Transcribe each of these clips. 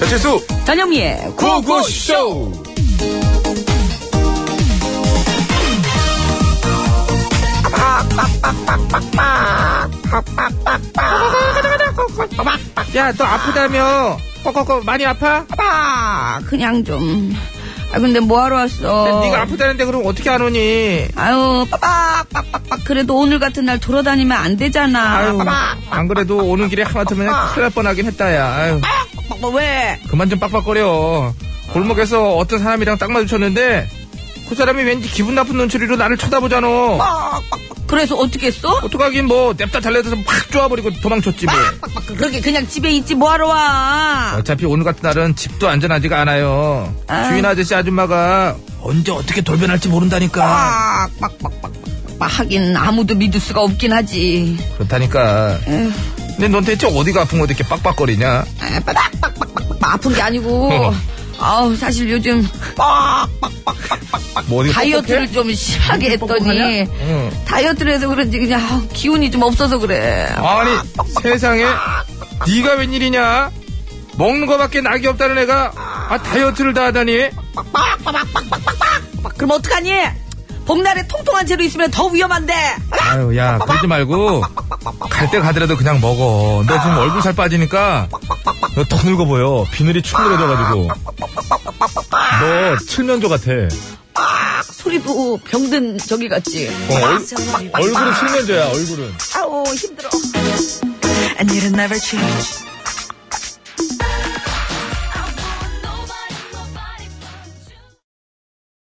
배칠수 전영미의 구호구호쇼 야 너 아프다며 꺼꺼꺼 많이 아파? 아, 그냥 좀. 아, 근데 뭐하러 왔어? 네가 아프다는데 그럼 어떻게 안 오니? 아유, 빠빠, 빠빠빠. 그래도 오늘 같은 날 돌아다니면 안 되잖아. 아유 안 그래도 오는 길에 하마터면 큰일 날 뻔하긴 했다 야 아유, 빠빠, 왜? 그만 좀 빡빡거려 골목에서 어떤 사람이랑 딱 마주쳤는데 그 사람이 왠지 기분 나쁜 눈초리로 나를 쳐다보잖아 어. 그래서 어떻게 했어? 어떡하긴 뭐 냅다 달려들어서 팍 쪼아버리고 도망쳤지 뭐 빠빠, 그렇게 그냥 집에 있지 뭐하러 와? 어차피 오늘 같은 날은 집도 안전하지가 않아요 아. 주인 아저씨 아줌마가 언제 어떻게 돌변할지 아. 모른다니까 아. 빠빠, 하긴 아무도 믿을 수가 없긴 하지. 그렇다니까 근데 넌 대체 어디가 아픈 건데 이렇게 빡빡거리냐 빠빠, 아픈 게 아니고. 아우, 사실 요즘 뭐 어디 다이어트를 좀 심하게 했더니 응. 다이어트를 해서 그런지 그냥 아우, 기운이 좀 없어서 그래. 아니 세상에 네가 웬일이냐 먹는 거밖에 낙이 없다는 애가 아, 다이어트를 다 하다니 그럼 어떡하니? 봄날에 통통한 채로 있으면 더 위험한데. 아유 야 그러지 말고 갈 때 가더라도 그냥 먹어 너 지금 얼굴 살 빠지니까 너 더 늙어 보여. 비늘이 충분해져가지고. 너 칠면조 같아. 소리도 병든 저기 같지. 어, 얼굴은 칠면조야, 얼굴은. 아우 힘들어.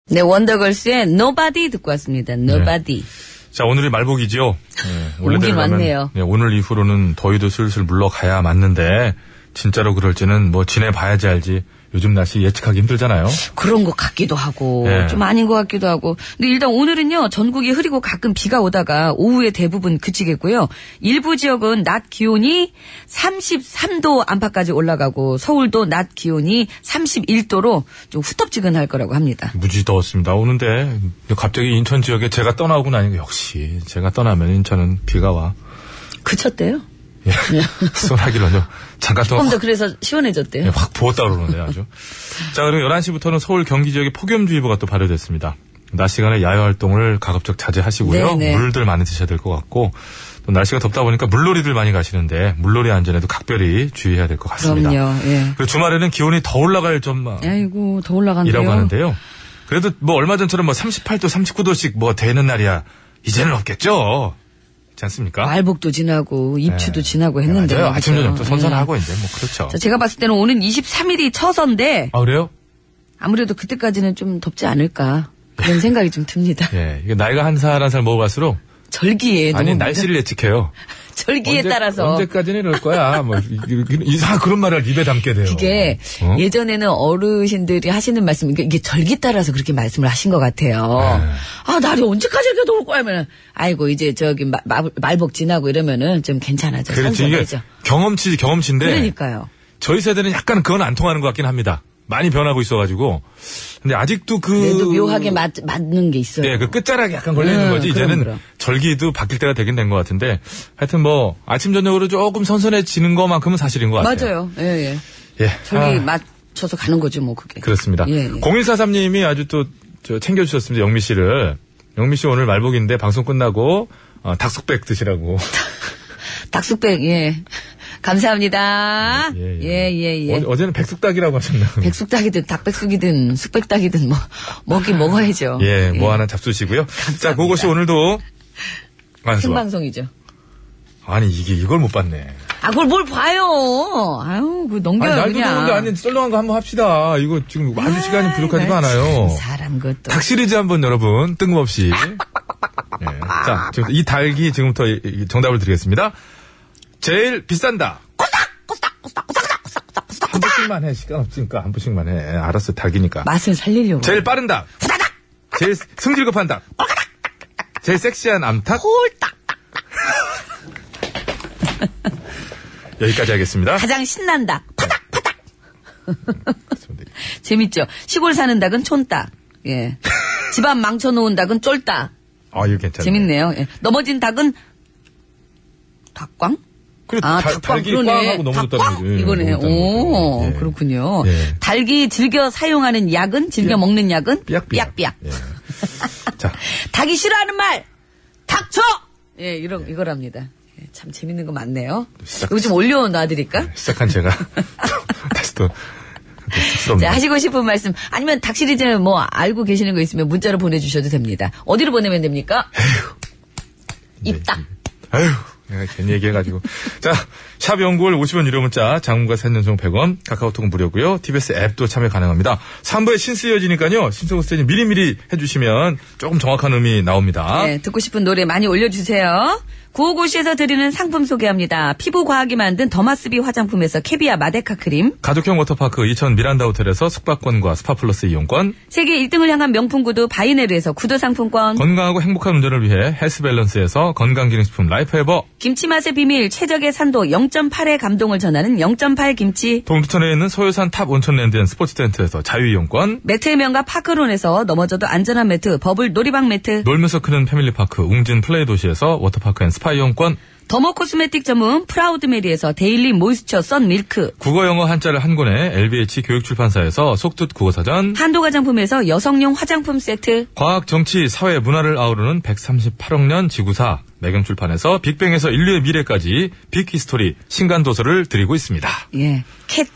네 원더걸스의 Nobody 듣고 왔습니다. Nobody. 자, 오늘이 말복이지요. 예, 원래대로 오긴 가면, 왔네요. 예, 오늘 이후로는 더위도 슬슬 물러가야 맞는데, 진짜로 그럴지는 뭐 지내봐야지 알지. 요즘 날씨 예측하기 힘들잖아요. 그런 것 같기도 하고 네. 좀 아닌 것 같기도 하고. 근데 일단 오늘은요 전국이 흐리고 가끔 비가 오다가 오후에 대부분 그치겠고요. 일부 지역은 낮 기온이 33도 안팎까지 올라가고 서울도 낮 기온이 31도로 좀 후텁지근할 거라고 합니다. 무지 더웠습니다. 오는데, 갑자기 인천 지역에 제가 떠나고 나니까 역시 제가 떠나면 인천은 비가 와. 그쳤대요? 예. 소나기로요. 잠깐 조금 동안 더 그래서 시원해졌대요. 예, 확 부었다 그러는데 아주. 자, 그리고 11시부터는 서울 경기 지역에 폭염주의보가 또 발효됐습니다. 낮 시간에 야외 활동을 가급적 자제하시고요. 네, 네. 물들 많이 드셔야 될 것 같고 또 날씨가 덥다 보니까 물놀이들 많이 가시는데 물놀이 안전에도 각별히 주의해야 될 것 같습니다. 그럼요. 예. 그리고 주말에는 기온이 더 올라갈 전망이라고 아이고 더 올라간대요. 하는데요. 그래도 뭐 얼마 전처럼 뭐 38도, 39도씩 뭐 되는 날이야 이제는 없겠죠. 그렇지 않습니까? 말복도 지나고 입추도 예. 지나고 아, 했는데. 맞아요. 아침 그죠? 저녁 또 선선하고 예. 이제 뭐 그렇죠. 자, 제가 봤을 때는 오는 23일이 처선데 아 그래요? 아무래도 그때까지는 좀 덥지 않을까 그런 생각이 좀 듭니다. 예, 이게 나이가 한 살 한 살 먹어갈수록 절기에 아니 너무 날씨를 예측해요. 절기에 언제- 따라서 언제까지는 이럴 거야. 뭐 이- 이- 이상 그런 말을 입에 담게 돼요. 이게 어? 예전에는 어르신들이 하시는 말씀 이게- 이게 절기 따라서 그렇게 말씀을 하신 것 같아요. 네. 아 날이 언제까지 이렇게 더울 거야? 하면 아이고 이제 저기 마- 마- 말복 지나고 이러면은 좀 괜찮아져. 그렇지 그렇죠. 이게 선선해져. 경험치 경험치인데 그러니까요. 저희 세대는 약간 그건 안 통하는 것 같긴 합니다. 많이 변하고 있어가지고 근데 아직도 그 그래도 묘하게 맞, 맞는 게 있어요. 예, 그 끝자락에 약간 걸려있는 음, 거지. 그럼, 이제는 그럼. 절기도 바뀔 때가 되긴 된 것 같은데. 하여튼 뭐, 아침, 저녁으로 조금 선선해지는 것만큼은 사실인 것 같아요. 맞아요. 예, 예. 예. 저기 아. 맞춰서 가는 거죠, 뭐, 그게. 그렇습니다. 예, 예. 0143님이 아주 또, 저 챙겨주셨습니다. 영미 씨를. 영미 씨 오늘 말복인데 방송 끝나고, 어, 닭숙백 드시라고. 닭숙백, 예. 감사합니다. 예, 예, 예. 예, 예. 어, 제는 백숙닭이라고 하셨나요? 백숙닭이든 닭백숙이든 숙백닭이든 뭐 먹긴 먹어야죠. 예, 뭐 하나 잡수시고요. 자, 그것이 오늘도 아, 좋아. 생방송이죠. 아니 이게 이걸 못 봤네. 아, 그걸 뭘 봐요? 아유, 그 아니 넘겨요 날도 그냥. 더운데 아니 썰렁한 거 한번 합시다. 이거 지금 아주 시간이 부족하지가 아이, 않아요. 참, 사람 그것도. 닭 시리즈 한번 여러분 뜬금없이. 예. 자, 지금 이 닭이 지금부터 이- 이 정답을 드리겠습니다. 제일 비싼다. 한 번씩만 해. 시간 없으니까 한 번씩만 해. 알았어, 닭이니까. 맛을 살리려고. 제일 빠른 닭. 제일 승질급한 닭. 제일 섹시한 암탉. 여기까지 하겠습니다. 가장 신난다. 파닥! 재밌죠? 시골 사는 닭은 촌닭. 예. 집안 망쳐놓은 닭은 쫄닭. 아, 이거 괜찮네. 재밌네요. 예. 넘어진 닭은 닭광? 그래, 아, 닭- 닭광 닭이 꽝하고 그러네. 넘어졌다는 거지. 이거네. 오, 넘어졌다는 거지. 예. 그렇군요. 예. 닭이 즐겨 사용하는 약은 즐겨 삐약. 먹는 약은 삐약삐약. 삐약삐약. 예. 자, 닭이 싫어하는 말 닥쳐. 예, 이런 이거랍니다. 예, 참 재밌는 거 많네요. 시작. 요즘 올려놔 드릴까? 시작한 제가 다시 또 자, 쑥스럽네요. 하시고 싶은 말씀 아니면 닭 시리즈 뭐 알고 계시는 거 있으면 문자로 보내주셔도 됩니다. 어디로 보내면 됩니까? 입딱. 아휴, 내가 괜히 얘기해가지고. 자, 샵 연구월 50원 유료 문자, 장문과 3년송 100원, 카카오톡은 무료고요 TBS 앱도 참여 가능합니다. 3부에 신스 이어지니까요. 신승호 선생님 미리미리 해주시면 조금 정확한 음이 나옵니다. 네, 듣고 싶은 노래 많이 올려주세요. 구호고시에서 드리는 상품 소개합니다. 피부과학이 만든 더마스비 화장품에서 캐비아 마데카 크림, 가족형 워터파크 이천 미란다 호텔에서 숙박권과 스파플러스 이용권, 세계 1등을 향한 명품 구두 바이네르에서 구두 상품권, 건강하고 행복한 운전을 위해 헬스밸런스에서 건강기능식품 라이프에버, 김치 맛의 비밀 최적의 산도 0.8의 감동을 전하는 0.8 김치, 동두천에 있는 소요산 탑 온천랜드앤 스포츠 텐트에서 자유이용권, 매트의 명가 파크론에서 넘어져도 안전한 매트, 버블 놀이방 매트, 놀면서 크는 패밀리파크 웅진 플레이 도시에서 워터파크 앤 스파 이용권, 더모 코스메틱 전문 프라우드메리에서 데일리 모이스처 썬 밀크, 국어 영어 한자를 한 권에 LBH 교육출판사에서 속뜻 국어사전 한도 화장품에서 여성용 화장품 세트, 과학 정치 사회 문화를 아우르는 138억 년 지구사 매경출판에서 빅뱅에서 인류의 미래까지 빅히스토리 신간도서를 드리고 있습니다. 예. 캣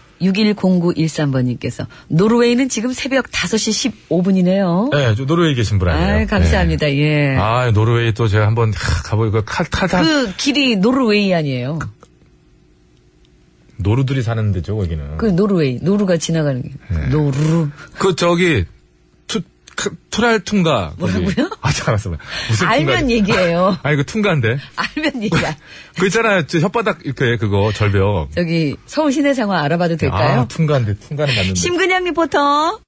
610913번님께서 노르웨이는 지금 새벽 5시 15분이네요. 네, 저 노르웨이 계신 분 아니에요? 아, 감사합니다. 네. 예. 아, 노르웨이 또 제가 한번 하, 가보니까 칼, 칼, 칼, 그 길이 노르웨이 아니에요. 노루들이 사는 데죠, 거기는. 그 그, 노르웨이 노루가 지나가는 게 네. 노루. 저기, 투, 크- 투랄퉁가. 거기. 뭐라고요? 아, 잠깐만. 무슨 알면 퉁가지? 얘기해요. 아니, 그 퉁가인데. 알면 얘기야. 그 있잖아요. 저 혓바닥, 이렇게, 그거, 절벽. 저기 서울 시내 상황 알아봐도 될까요? 아, 퉁가인데, 퉁가는 맞는데. 심근양 리포터.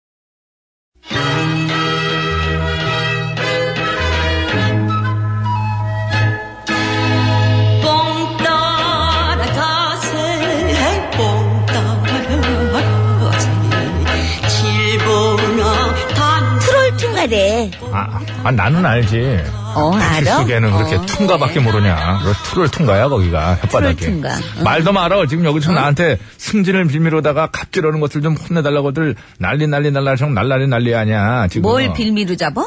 트롤퉁가래 아, 아, 나는 알지. 그 어, 알아? 속에는 어. 그렇게 퉁가밖에 모르냐. 그 툴을 퉁가야, 거기가, 혓바닥에. 툴을 퉁가. 응. 말도 말어. 지금 여기서 나한테 승진을 빌미로다가 갑질하는 것들 좀 혼내달라고들 난리 난리 날라, 정 날라리 난리 아니야. 지금. 뭘 빌미로 잡아?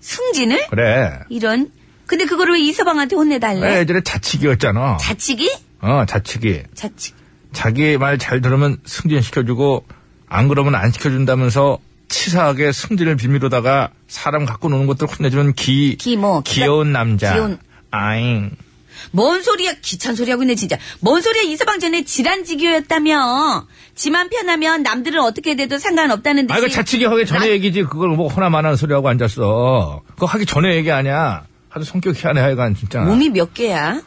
승진을? 그래. 이런. 근데 그걸 왜 이서방한테 혼내달래? 애들의 자치기였잖아. 네. 자치기? 어, 자치기. 자치기. 자기 말 잘 들으면 승진시켜주고, 안 그러면 안 시켜준다면서 치사하게 승진을 빌미로다가 사람 갖고 노는 것들 혼내주는 기, 기 뭐, 기가- 귀여운 남자. 귀여운- 아잉. 뭔 소리야 기찬 소리 하고 있네 진짜 뭔 소리야 이서방 전에 질환지교였다며 지만 편하면 남들은 어떻게 돼도 상관없다는 듯이 아, 이거 자치기 하기 전에 나- 얘기지. 그걸 뭐 허나만한 소리하고 앉았어. 그거 하기 전에 얘기 아니야. 하도 성격 희한해, 하여간, 진짜. 몸이 몇 개야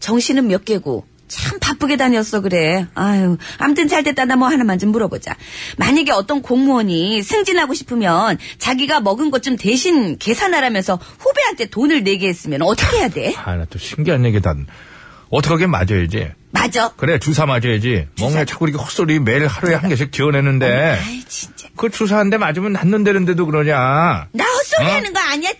정신은 몇 개고 참 바쁘게 다녔어 그래 아유 암튼 잘 됐다 나 뭐 하나만 좀 물어보자 만약에 어떤 공무원이 승진하고 싶으면 자기가 먹은 것 좀 대신 계산하라면서 후배한테 돈을 내게 했으면 어떻게 해야 돼 아, 나 또 신기한 얘기다. 어떡하게 맞아야지. 맞아 그래, 주사 맞아야지. 멍에 자꾸 이렇게 헛소리 매일 하루에 한 개씩 지어내는데. 아이 진짜 그 주사 한 대 맞으면 낫는다는데도 그러냐. 나 헛소리 어? 하는 거 아니야,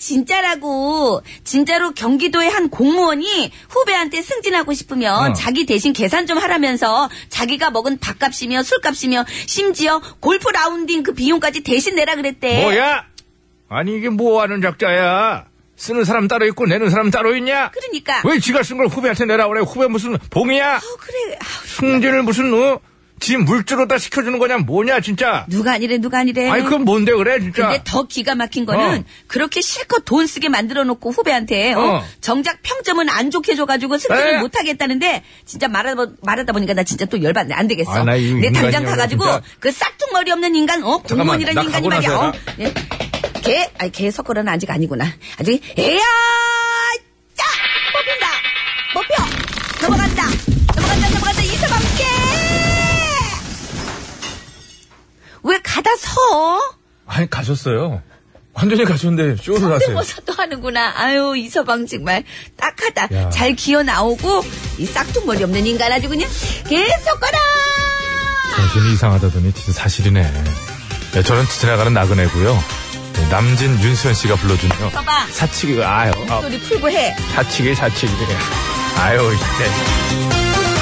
진짜라고. 진짜로 경기도의 한 공무원이 후배한테 승진하고 싶으면 어. 자기 대신 계산 좀 하라면서 자기가 먹은 밥값이며 술값이며 심지어 골프 라운딩 그 비용까지 대신 내라 그랬대. 뭐야? 아니, 이게 뭐 하는 작자야? 쓰는 사람 따로 있고 내는 사람 따로 있냐? 그러니까. 왜 지가 쓴 걸 후배한테 내라 그래? 후배 무슨 봉이야? 어, 그래. 아우, 승진을 무슨 어? 지 물주로다 시켜주는 거냐? 뭐냐 진짜? 누가 아니래, 누가 아니래. 아니 그건 뭔데 그래 진짜? 네. 근데 더 기가 막힌 거는 그러니까 어. 그렇게 실컷 돈 쓰게 만들어 놓고 후배한테 어, 어. 정작 평점은 안 좋게 줘가지고 에? 승진을 못 하겠다는데 진짜 말하다, 말하다 보니까 나 진짜 또 열받네 안 되겠어. 아, 나이 내 당장 인간이야, 가가지고 진짜. 그 싹둑머리 없는 인간 어 잠깐만, 나 공무원이라는 인간이 가고 말이야. 나서 어? 예? 걔 아니 걔 석거는 아직 아니구나. 아직 에야 짜 뽑힌다 뽑혀 넘어간다 넘어간다 넘어간다 이사방께 왜 가다 서? 아니 가셨어요. 완전히 가셨는데 쇼를 하세요. 성대모사도 하는구나. 아유, 이 서방 정말 딱하다. 야. 잘 기어 나오고, 이 싹퉁머리 없는 인간 아주 그냥 계속 가라! 정신이 이상하다더니 진짜 사실이네. 네, 저는 지나가는 나그네고요. 네, 남진 윤수현 씨가 불러주네요. 서방, 사치기가 아유 아, 소리 풀고 해. 사치기 사치기 아유 진짜.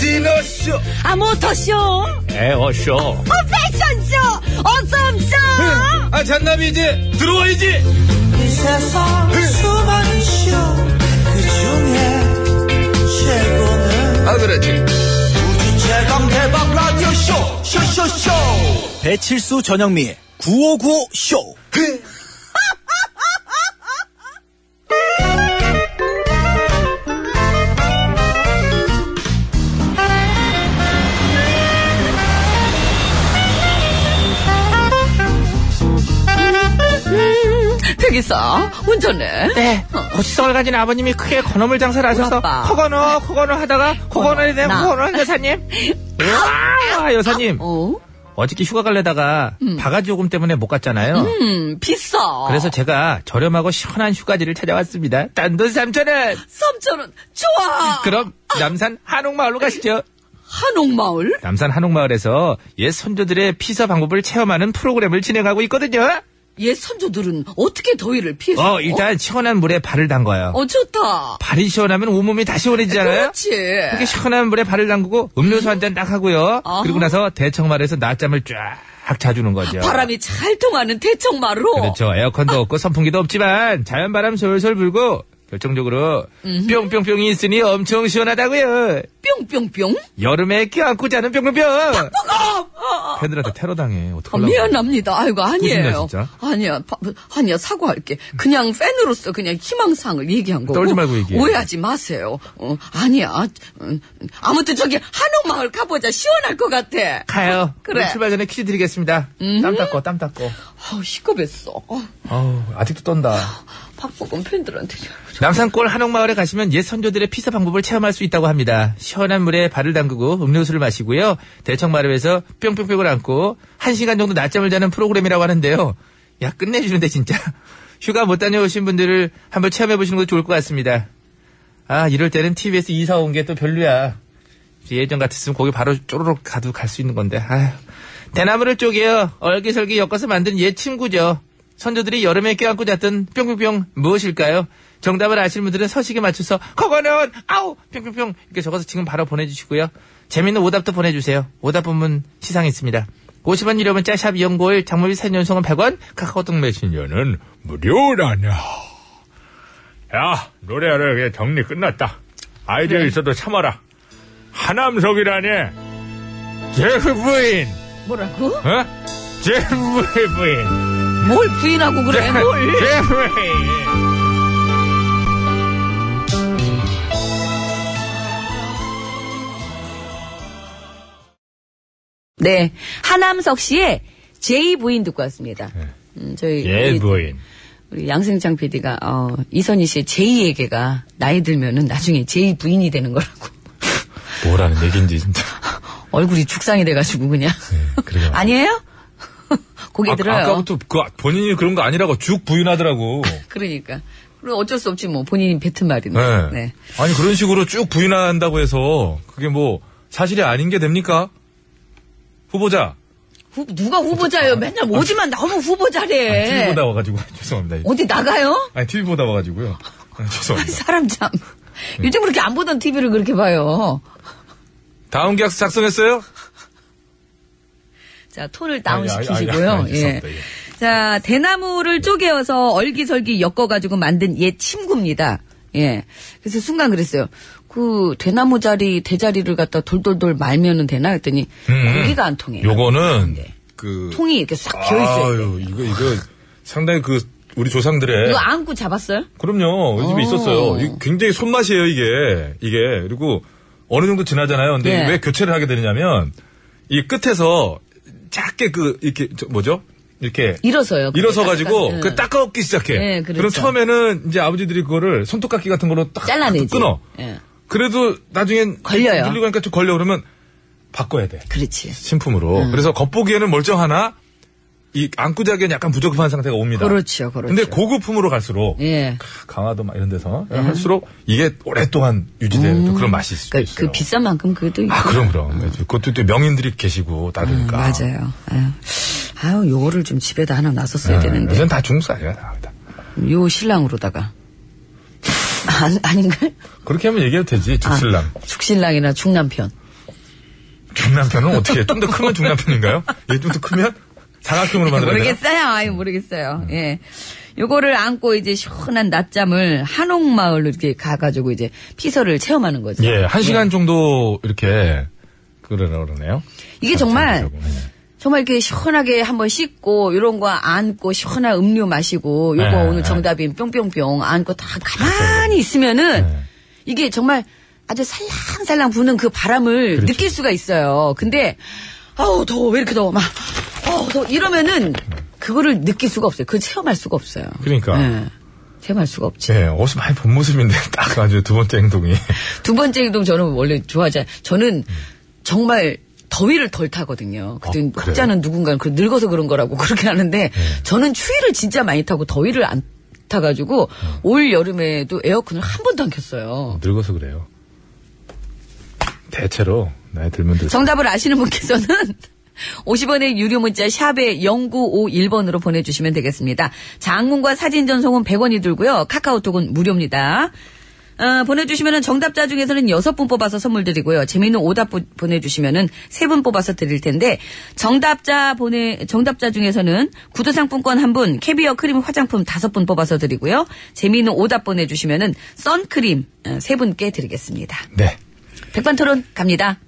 디너쇼 아, 모터쇼! 어, 네, 에어쇼. 패션쇼! 어썸쇼! 아 잔나비 이제 들어와야지 이 세상 수많은 쇼그 중에 최고는 아 그렇지 우주 최강 대박 라디오 쇼 쇼쇼쇼 배칠수 전영미 9595 쇼. 백이사, 운전해. 네. 고시성을 가진 아버님이 크게 건어물 장사를 하셔서 아빠. 코건어 코건어 하다가 코건어에 대한 나. 코건어 여사님. 아 여사님. 어? 어저께 휴가 갈래다가 바가지 요금 때문에 못 갔잖아요. 음, 비싸. 그래서 제가 저렴하고 시원한 휴가지를 찾아왔습니다. 단돈 3천원. 3천원, 좋아! 그럼 남산 한옥마을로 가시죠. 한옥마을? 남산 한옥마을에서 옛 선조들의 피서 방법을 체험하는 프로그램을 진행하고 있거든요. 옛 선조들은 어떻게 더위를 피해서? 어, 일단 시원한 물에 발을 담가요. 어, 좋다. 발이 시원하면 온몸이 다 시원해지잖아요. 그렇지. 이렇게 시원한 물에 발을 담그고 음료수 한 잔 딱 하고요. 아하. 그리고 나서 대청마을에서 낮잠을 쫙 자주는 거죠. 바람이 잘 통하는 대청마루. 그렇죠. 에어컨도 없고 선풍기도 없지만 자연 바람 솔솔 불고 결정적으로 뿅뿅뿅이 있으니 엄청 시원하다고요. 뿅뿅뿅. 여름에 껴안고 자는 뿅뿅뿅. 팬들한테 테러 당해. 아, 어떡하려고. 미안합니다. 아이고 아니에요. 꾸준다, 진짜. 아니야, 바- 아니야 사과할게. 그냥 팬으로서 그냥 희망사항을 얘기한 거고. 떨지 말고 얘기해. 오해하지 마세요. 어, 아니야. 음, 아무튼 저기 한옥마을 가보자. 시원할 것 같아. 가요. 그래. 음. 우리 출발 전에 퀴즈 드리겠습니다. 땀 닦고 땀 닦고. 아우 시겁했어. 어, 아우, 아직도 떤다. 박보검 팬들한테. 좀- 남산골 한옥마을에 가시면 옛 선조들의 피서 방법을 체험할 수 있다고 합니다. 시원한 물에 발을 담그고 음료수를 마시고요. 대청마루에서 뿅뿅뿅을 안고 한시간 정도 낮잠을 자는 프로그램이라고 하는데요. 야, 끝내주는데 진짜. 휴가 못 다녀오신 분들을 한번 체험해 보시는 것도 좋을 것 같습니다. 아, 이럴 때는 TBS 이사 온 게 또 별로야. 예전 같았으면 거기 바로 쪼르륵 가도 갈 수 있는 건데, 아휴. 대나무를 쪼개어 얼기설기 엮어서 만든 옛 친구죠. 선조들이 여름에 껴안고 잤던 뿅뿅뿅 무엇일까요? 정답을 아시는 분들은 서식에 맞춰서 그거는 아우 뿅뿅뿅 이렇게 적어서 지금 바로 보내주시고요. 재밌는 오답도 보내주세요. 오답 부문 시상 있습니다. 50원 유료 문자 샵 연골 장모비 3년송은 100원 카카오톡 메신저는 무료라냐. 야, 노래를 그냥 정리 끝났다. 아이디어 네. 있어도 참아라. 하남석이라니. 제프 부인. 뭐라고? 어? 제프 부인. 뭘 부인하고 그래? 네. 뭘? 제프 부인. 네, 한암석 씨의 제이 부인 듣고 왔습니다. 음, 저희 제 우리 네. 예, 부인. 우리 양승창 PD가 어, 이선희 씨의 제2에게가 나이 들면은 나중에 제2 부인이 되는 거라고 뭐라는 얘기인지 진짜. 네, 얼굴이 죽상이 돼가지고 그냥 그래요. 아니에요? 고개 아, 들어요. 아까부터 그 본인이 그런 거 아니라고 쭉 부인하더라고. 그러니까 그럼 어쩔 수 없지 뭐 본인이 뱉은 말인데. 네. 네. 아니 그런 식으로 쭉 부인한다고 해서 그게 뭐 사실이 아닌 게 됩니까? 후보자. 후- 누가 후보자예요? 맨날 오지만 나오면 후보자래. TV 보다 와가지고 죄송합니다. 어디 나가요? 아니 TV 보다 와가지고요. 죄송합니다. 사람 참. 네. 요즘 그렇게 안 보던 TV를 그렇게 봐요. 다음 계약서 작성했어요? 자, 톤을 다운 아니, 아니, 시키시고요. 아니, 아니, 예. 죄송합니다. 예. 자, 대나무를 쪼개어서 얼기설기 엮어가지고 만든 옛 침구입니다. 예. 그래서 순간 그랬어요. 그, 대나무 자리, 대자리를 갖다 돌돌돌 말면은 되나? 했더니, 음. 고기가 안 통해요. 요거는 그 통이 이렇게 싹 네. 비어있어요. 아유 예. 이거 이거 상당히 그 우리 조상들의 이거 안고 잡았어요? 그럼요. 우리 집에 어. 있었어요. 이거 굉장히 손맛이에요, 이게. 이게. 그리고 어느 정도 지나잖아요. 근데 네. 왜 교체를 하게 되냐면, 이 끝에서 작게 그, 이렇게, 저 뭐죠? 이렇게. 일어서요. 그게 일어서가지고, 약간, 그 예. 닦아먹기 시작해. 네, 그렇죠. 럼 처음에는 이제 아버지들이 그거를 손톱깎이 같은 걸로 딱 잘라내지. 끊어. 예. 그래도 나중엔. 걸려요. 누르고 하니까 좀 걸려. 그러면 바꿔야 돼. 그렇지. 신품으로. 음. 그래서 겉보기에는 멀쩡하나, 이 안고 자기엔 약간 부적합한 상태가 옵니다. 그렇죠, 그렇죠. 근데 고급품으로 갈수록 예. 강화도 막 이런 데서 할수록 이게 오랫동안 유지되는 또 그런 맛이 있을 수도 음. 그러니까 있어요. 그 비싼 만큼 그래도. 아 있고. 그럼 그럼 그것도 또 명인들이 계시고 음, 따르니까 맞아요. 아유. 아유, 요거를 좀 집에다 하나 예, 놨었어야 되는데. 이건 다 네, 중국사예요 나옵니다. 요 신랑으로다가. 아, 아닌가? 그렇게 하면 얘기해도 되지 죽신랑 아. 죽신랑이나 죽남편. 중남편은 어떻게 좀 더 크면 중남편인가요? 얘 좀 더 크면 사각형으로 만들어야 되나? 모르겠어요. 아유, 모르겠어요. 음. 예. 요거를 안고 이제 시원한 낮잠을 한옥마을로 이렇게 가가지고 이제 피서를 체험하는 거죠. 예, 한 시간 정도 이렇게 그러라 그러네요. 예. 이게 아, 정말 정말 이렇게 시원하게 한번 씻고 이런 거 안고 시원한 음료 마시고 요거 네, 네. 오늘 정답인 뿅뿅뿅 안고 다 가만히 있으면은 네. 이게 정말 아주 살랑살랑 부는 그 바람을 그렇죠. 느낄 수가 있어요. 근데 아우 더워 왜 이렇게 더워 막 어우 더워 이러면은 그거를 느낄 수가 없어요. 그걸 체험할 수가 없어요. 네. 그러니까. 예. 체험할 수가 없지. 예, 어서 많이 본 모습인데 딱 아주 두 번째 행동이 어, 두 번째 행동 저는 원래 좋아하지 않아요. 저는 정말 더위를 덜 타거든요. 그때 어, 그래요? 네. 혹자는 누군가는 그 늙어서 그런 거라고 그렇게 하는데 저는 추위를 진짜 많이 타고 더위를 안 타가지고 네. 올 여름에도 에어컨을 한 번도 안 켰어요. 늙어서 그래요. 대체로 나이 들면 들수록 정답을 아시는 분께서는 50원의 유료 문자 샵에 0951번으로 보내주시면 되겠습니다. 장문과 사진 전송은 100원이 들고요. 카카오톡은 무료입니다. 어, 보내주시면 정답자 중에서는 6분 뽑아서 선물 드리고요. 재미있는 오답 보, 내주시면 3분 뽑아서 드릴 텐데 정답자 보내 정답자 중에서는 구두 상품권 1분, 캐비어 크림 화장품 5분 뽑아서 드리고요. 재미있는 오답 보내주시면 선크림 어, 3분께 드리겠습니다. 네. 백반토론 갑니다.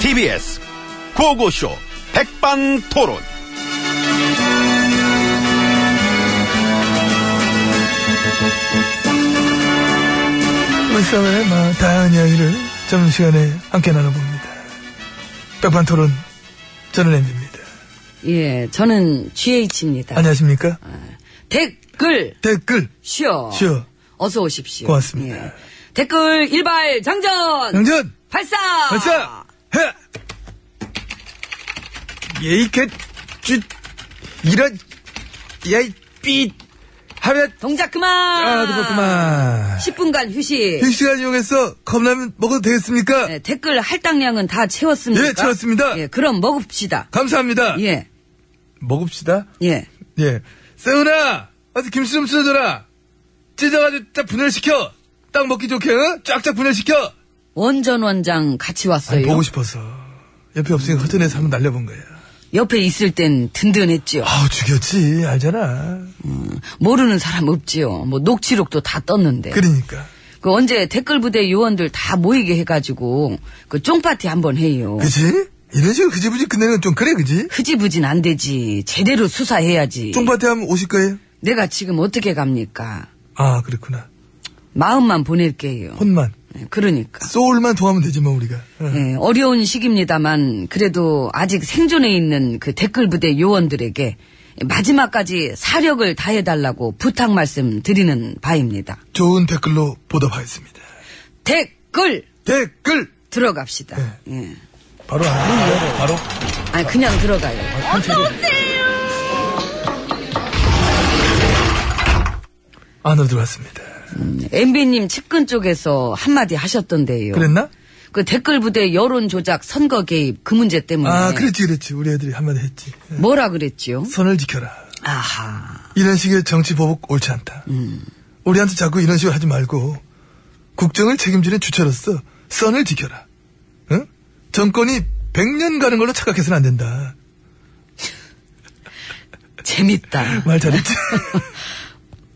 TBS 고고쇼 백반토론. 우리 사회의 마- 다양한 이야기를 점심시간에 함께 나눠봅니다. 백반토론 저는 엠비입니다. 예, 저는 GH입니다. 안녕하십니까? 댓글 댓글 쇼. 쇼. 어서 오십시오. 고맙습니다. 예. 댓글 일발 장전. 영전 발사. 아. 발사 해 예이켓 쥐 이런 야이 삐 하면 동작 그만. 아 그렇구만 10분간 휴식. 이 시간 이용해서 컵라면 먹어도 되겠습니까? 예, 댓글 할당량은 다 채웠습니다. 예, 채웠습니다. 아. 예, 그럼 먹읍시다. 감사합니다 예, 먹읍시다 예. 예 세훈아 어서 김치 좀 찢어줘라 찢어가지고 딱 분열시켜 딱 먹기 좋게 응? 쫙쫙 분열시켜 원전 원장 같이 왔어요. 보고 싶어서 옆에 없으니까 허전해서 한번 날려본 거야 옆에 있을 땐 든든했지요. 아우 죽였지 알잖아 모르는 사람 없지요. 뭐 녹취록도 다 떴는데. 그러니까 그 언제 댓글 부대 요원들 다 모이게 해가지고 그 쫑파티 한번 해요. 그치? 이런 식으로 그지부지 끝내는 건 좀 그래 예. 그지? 흐지부진 안 되지. 제대로 수사해야지. 쫑밭에 하면 오실 거예요? 내가 지금 어떻게 갑니까? 아 그렇구나 마음만 보낼게요. 혼만 예, 그러니까. 소울만 도하면 되지 뭐 우리가 응. 예, 어려운 시기입니다만 그래도 아직 생존해 있는 그 댓글 부대 요원들에게 마지막까지 사력을 다해달라고 부탁 말씀 드리는 바입니다. 좋은 댓글로 보답하겠습니다 댓글 댓글 들어갑시다. 예. 바로 안 돼요 바로 아니 그냥 들어가요. 안으로 들어왔습니다 엠비님 측근 쪽에서 한마디 하셨던데요. 그랬나? 그 댓글 부대 여론 조작 선거 개입 그 문제 때문에 아, 그랬지, 그랬지. 우리 애들이 한마디 했지. 뭐라 그랬지요? 선을 지켜라. 아하. 이런 식의 정치 보복 옳지 않다. 우리한테 자꾸 이런 식으로 하지 말고 국정을 책임지는 주체로서 선을 지켜라. 응? 정권이 100년 가는 걸로 착각해서는 안 된다. 재밌다. 말 잘했지?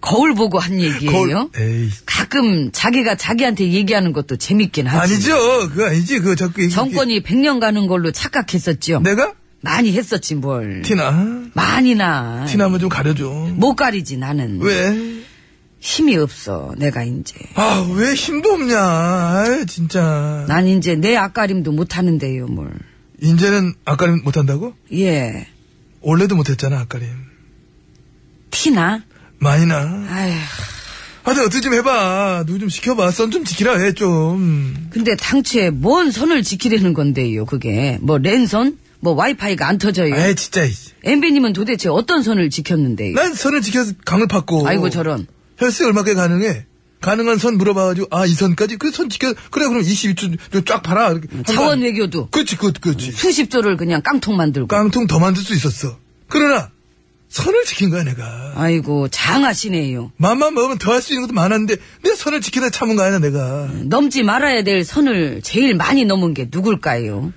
거울 보고 한 얘기예요. 거울- 네. 에이. 가끔 자기가 자기한테 얘기하는 것도 재밌긴 하지. 아니죠. 그거 아니지. 그거 자꾸 얘기. 정권이 100년 가는 걸로 착각했었지요. 내가? 많이 했었지 뭘. 네. 티나. 많이나. 티나 한번 좀 가려줘. 못 가리지 나는. 왜? 힘이 없어 내가 이제. 아, 왜 힘도 없냐. 아이, 진짜. 난 이제 내 앞가림도 못 하는데요 뭘. 이제는 아까림 못한다고? 예. 원래도 못했잖아, 아까림. 티나? 많이 나. 아휴. 하여튼 어떻게 좀 해봐. 누구 좀 시켜봐. 선 좀 지키라 해, 좀. 근데 당최 뭔 선을 지키려는 건데요 그게. 뭐 랜선? 뭐 와이파이가 안 터져요. 에이, 진짜. 이씨. 엠비님은 도대체 어떤 선을 지켰는데요? 난 선을 지켜서 강을 팠고. 아이고 저런. 혈세 얼마께 가능해? 가능한 선 물어봐가지고, 아, 이 선까지? 그 선 지켜. 그래, 그럼 22초 쫙 봐라. 이렇게 한 자원 번. 외교도 음. 그렇지, 그, 그렇지. 수십 조를 그냥 깡통 만들고. 깡통 더 만들 수 있었어. 그러나, 선을 지킨 거야, 내가. 아이고 장하시네요. 맘만 먹으면 더 할 수 있는 것도 많았는데, 내 선을 지키다 참은 거 아니야, 내가. 넘지 말아야 될 선을 제일 많이 넘은 게 누굴까요?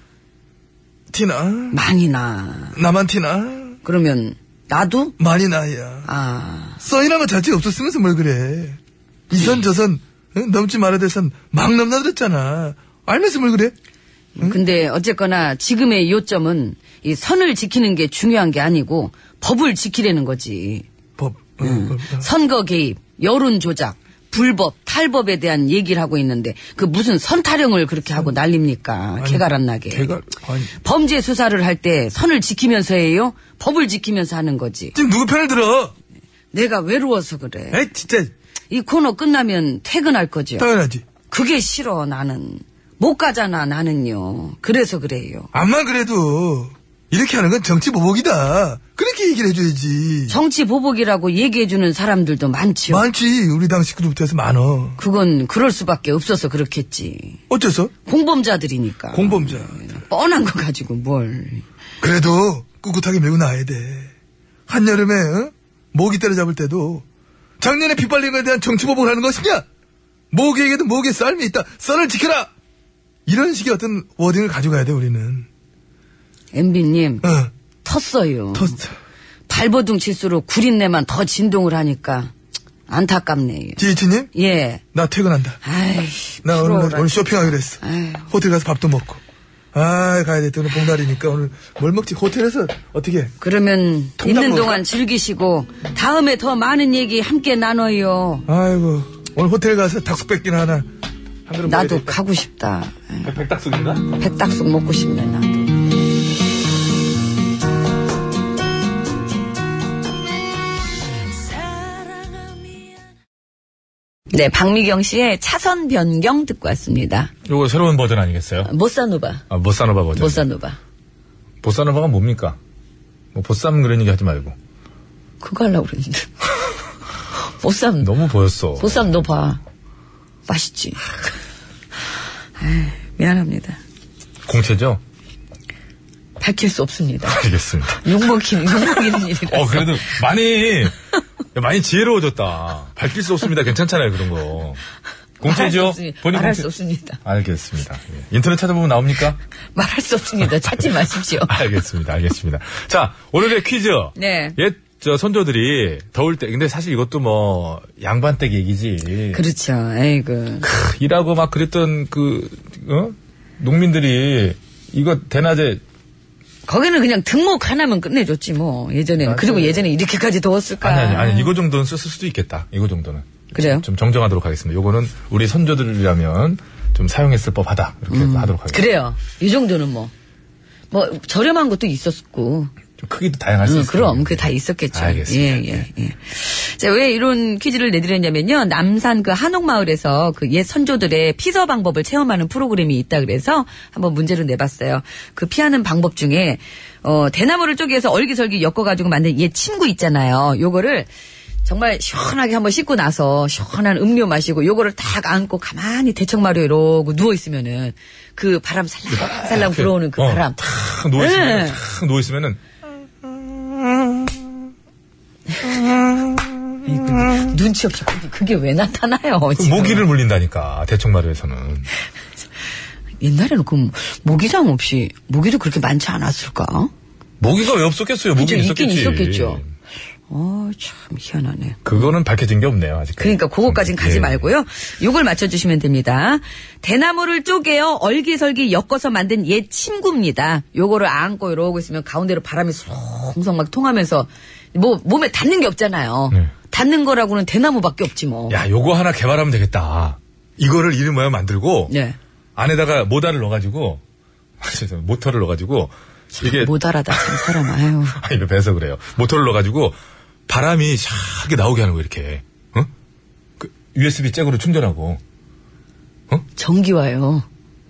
티나? 많이 나. 나만 티나? 그러면 나도? 많이 나야. 아 써이란 거 자체 없었으면서 뭘 그래. 이 선 저선 넘지 말아야 될 선 막 넘나 그랬잖아. 알면서 뭘 그래? 근데 어쨌거나 지금의 요점은 이 선을 지키는 게 중요한 게 아니고 법을 지키려는 거지. 법. 어, 법, 어. 선거 개입, 여론 조작, 불법, 탈법에 대한 얘기를 하고 있는데 그 무슨 선타령을 그렇게 하고 날립니까? 개가란 나게. 개가 아니. 범죄 수사를 할 때 선을 지키면서 해요? 법을 지키면서 하는 거지. 지금 누구 편을 들어? 내가 외로워서 그래. 에이 진짜 이 코너 끝나면 퇴근할 거죠. 당연하지. 그게 싫어 나는. 못 가잖아 나는요. 그래서 그래요. 암만 그래도 이렇게 하는 건 정치 보복이다. 그렇게 얘기를 해줘야지. 정치 보복이라고 얘기해주는 사람들도 많지요. 많지 우리 당 식구들부터 해서 많어. 그건 그럴 수밖에 없어서 그렇겠지. 어째서? 공범자들이니까. 공범자. 뻔한 거 가지고 뭘. 그래도 꿋꿋하게 밀고 나야 돼. 한여름에 어? 모기 때려잡을 때도 작년에 빗발린 거에 대한 정치보복을 하는 것이냐? 모기에게도 모기의 쌀이 있다. 쌀을 지켜라. 이런 식의 어떤 워딩을 가져가야 돼 우리는. MB님 어, 텄어요. 토스트. 발버둥 칠수록 구린내만 더 진동을 하니까 안타깝네요. 지희치님, 예. 나 퇴근한다. 아이, 나 오늘, 부러워라. 오늘 쇼핑하기로 했어. 아유. 호텔 가서 밥도 먹고. 아, 가야 돼. 또 오늘 복날이니까 오늘 뭘 먹지? 호텔에서 어떻게? 해? 그러면 통닭 있는 먹을까? 동안 즐기시고 다음에 더 많은 얘기 함께 나눠요. 아이고, 오늘 호텔 가서 닭숙백기나 하나. 한 그릇 먹어야 나도 되겠다. 가고 싶다. 네. 예. 백닥숙인가? 백닭국 먹고 싶네 나도. 네, 박미경 씨의 차선 변경 듣고 왔습니다. 요거 새로운 버전 아니겠어요? 모사노바, 아, 보사노바 버전. 모사노바. 보사노바가 뭡니까? 뭐 보쌈 그런 얘기 하지 말고. 음. 그거 하려고 그랬는데. 보쌈, 너무 보였어. 보쌈 너 봐. 맛있지. 에이, 아, 미안합니다. 공채죠? 밝힐 수 없습니다. 알겠습니다. 욕먹힌, 욕먹이는 일이라. 어, 그래도 많이, 야, 많이 지혜로워졌다. 밝힐 수 없습니다. 괜찮잖아요, 그런 거. 공채죠? 본인 말할 공채. 수 없습니다. 알겠습니다. 예. 인터넷 찾아보면 나옵니까? 말할 수 없습니다. 찾지 마십시오. 알겠습니다. 알겠습니다. 자, 오늘의 퀴즈. 네. 옛, 저, 선조들이 더울 때, 근데 사실 이것도 뭐, 양반댁 얘기지. 그렇죠. 에이그. 크, 일하고 막 그랬던 그, 어? 농민들이 이거 대낮에 거기는 그냥 등목 하나면 끝내줬지 뭐 예전에는 그리고 예전에 이렇게까지 더웠을까? 아니, 아니, 아니, 이거 정도는 썼을 수도 있겠다. 이거 정도는. 그래요? 좀 정정하도록 하겠습니다. 요거는 우리 선조들이라면 좀 사용했을 법하다. 이렇게 하도록 하겠습니다. 음. 그래요. 이 정도는 뭐. 뭐 저렴한 것도 있었고. 좀 크기도 다양할 수 응, 있어요. 음, 그럼 그게 다 있었겠죠. 알겠습니다. 네. 예, 예, 예. 자, 왜 이런 퀴즈를 내드렸냐면요. 남산 그 한옥마을에서 그 옛 선조들의 피서 방법을 체험하는 프로그램이 있다 그래서 한번 문제를 내봤어요. 그 피하는 방법 중에 어, 대나무를 쪼개서 얼기설기 엮어가지고 만든 옛 침구 있잖아요. 요거를 정말 시원하게 한번 씻고 나서 시원한 음료 마시고 요거를 딱 안고 가만히 대청마루에 이러고 누워 있으면은 그 바람 아, 살랑살랑 불어오는 그 어, 바람 탁 누워있으면, 네. 탁 누워있으면은, 눈치 없이 그게- 그게 왜 나타나요? 그 지금? 모기를 물린다니까, 대청마루에서는. 옛날에는 그럼 모기장 없이 모기도 그렇게 많지 않았을까? 모기가 왜 없었겠어요? 그죠, 모기 있긴 있었겠지. 있었겠죠. 어, 참 희한하네. 그거는 밝혀진 게 없네요, 아직. 그러니까 그거까진 예. 예. 가지 말고요. 요걸 맞춰주시면 됩니다. 대나무를 쪼개어 얼기설기 엮어서 만든 옛 침구입니다. 요거를 안고 이러고 있으면 가운데로 바람이 송송 막 통하면서 뭐 몸에 닿는 게 없잖아요. 네. 닿는 거라고는 대나무밖에 없지 뭐. 야, 요거 하나 개발하면 되겠다. 이거를 이름 모양 만들고, 예. 안에다가 모다를 넣어가지고, 아, 죄송해요. 모터를 넣어가지고, 이게, 못 알아다 참 사람 아유. 아니, 왜 배서 그래요. 모터를 넣어가지고, 바람이 샥하게 나오게 하는 거, 이렇게. 응? 그, USB 잭으로 충전하고. 전기와요.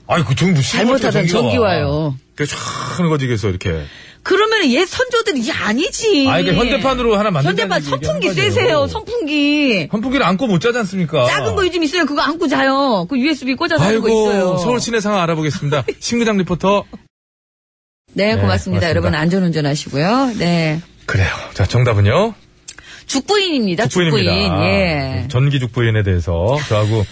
아니, 그 정도 잘못하면 전기와요. 그, 촥 하는 거지, 그래서 이렇게. 그러면 옛 선조들이 이게 아니지. 아, 이게 현대판으로 하나 만든다는 예. 현대판 얘기하는 선풍기 거죠. 쐬세요. 선풍기. 환풍기를 안고 못 자지 않습니까? 작은 거 요즘 있어요. 그거 안고 자요. 그 USB 꽂아서 하는 거 아이고, 있어요. 서울 시내 상황 알아보겠습니다. 신구장 리포터. 네, 고맙습니다. 고맙습니다. 여러분 안전운전 하시고요. 네. 그래요. 자, 정답은요? 죽부인입니다. 죽부인입니다. 아, 네, 죽부인. 예. 전기 죽부인에 대해서 저하고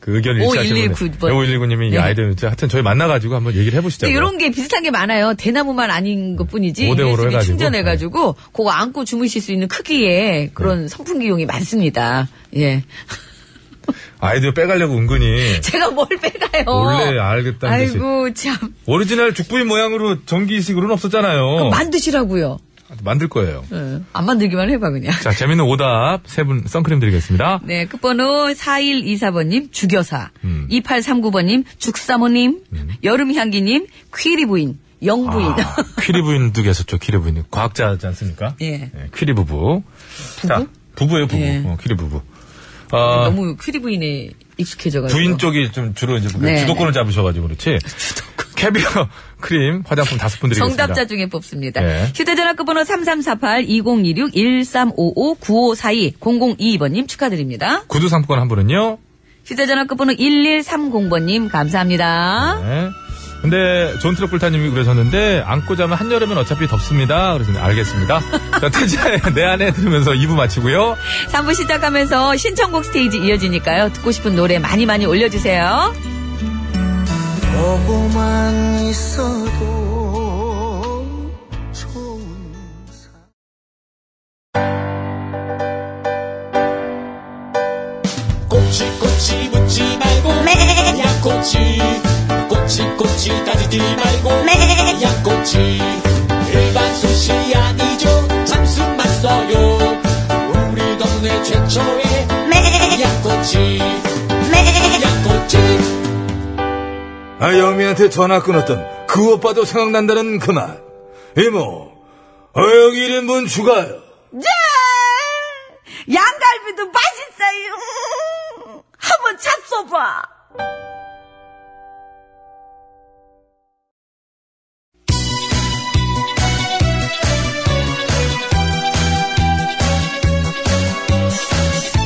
그 의견을 일치하시는 5119 번. 5119님이 네. 아이들, 하여튼 저희 만나가지고 한번 얘기를 해보시죠. 근데 이런 게 비슷한 게 많아요. 대나무만 아닌 것 뿐이지. 오대 오로 USB 해가지고. 네. 충전해가지고 그거 안고 주무실 수 있는 크기의 그런 선풍기용이 많습니다. 예. 아이들 빼가려고 은근히. 제가 뭘 빼가요. 원래 알겠다는 듯이. 어. 아이고 참. 오리지널 죽부인 모양으로 전기식으로는 어, 없었잖아요. 만드시라고요. 만들 거예요. 예. 안 만들기만 해봐 그냥. 자, 재밌는 오답 세 분 선크림 드리겠습니다. 네, 끝번호 4124번님, 주교사. 음. 2839번님, 죽사모님. 여름향기님, 퀴리부인, 영부인. 아, 퀴리 부인도 계셨죠, 퀴리 부인. 과학자지 않습니까? 예. 퀴리 부부. 부부? 자, 부부예요, 부부. 예. 어, 퀴리 부부. 아, 너무 퀴리부인에 익숙해져가지고. 부인 쪽이 좀 주로 이제 그 네, 주도권을 잡으셔가지고 그렇지. 캐비어 크림 화장품 다섯 분 드리겠습니다. 정답자 중에 뽑습니다. 예. 휴대전화 끝번호 3348-2016-1355-9542-0022번님 축하드립니다. 구두 상품권 한 분은요. 휴대전화 끝번호 1130번님 감사합니다. 네. 근데 존 트러플타님이 그러셨는데 안고 자면 한여름엔 어차피 덥습니다. 그래서 알겠습니다. 자, 태지아의 내 안에 들으면서 2부 마치고요. 3부 시작하면서 신청곡 스테이지 이어지니까요. 듣고 싶은 노래 많이 많이 올려주세요. 보고만 있어도 좋은 매, 매. 아, 영미한테 전화 끊었던 그 오빠도 생각난다는 그 말. 이모, 어영 1인분 추가요. 네! 양갈비도 맛있어요. 음, 한번 잡숴봐.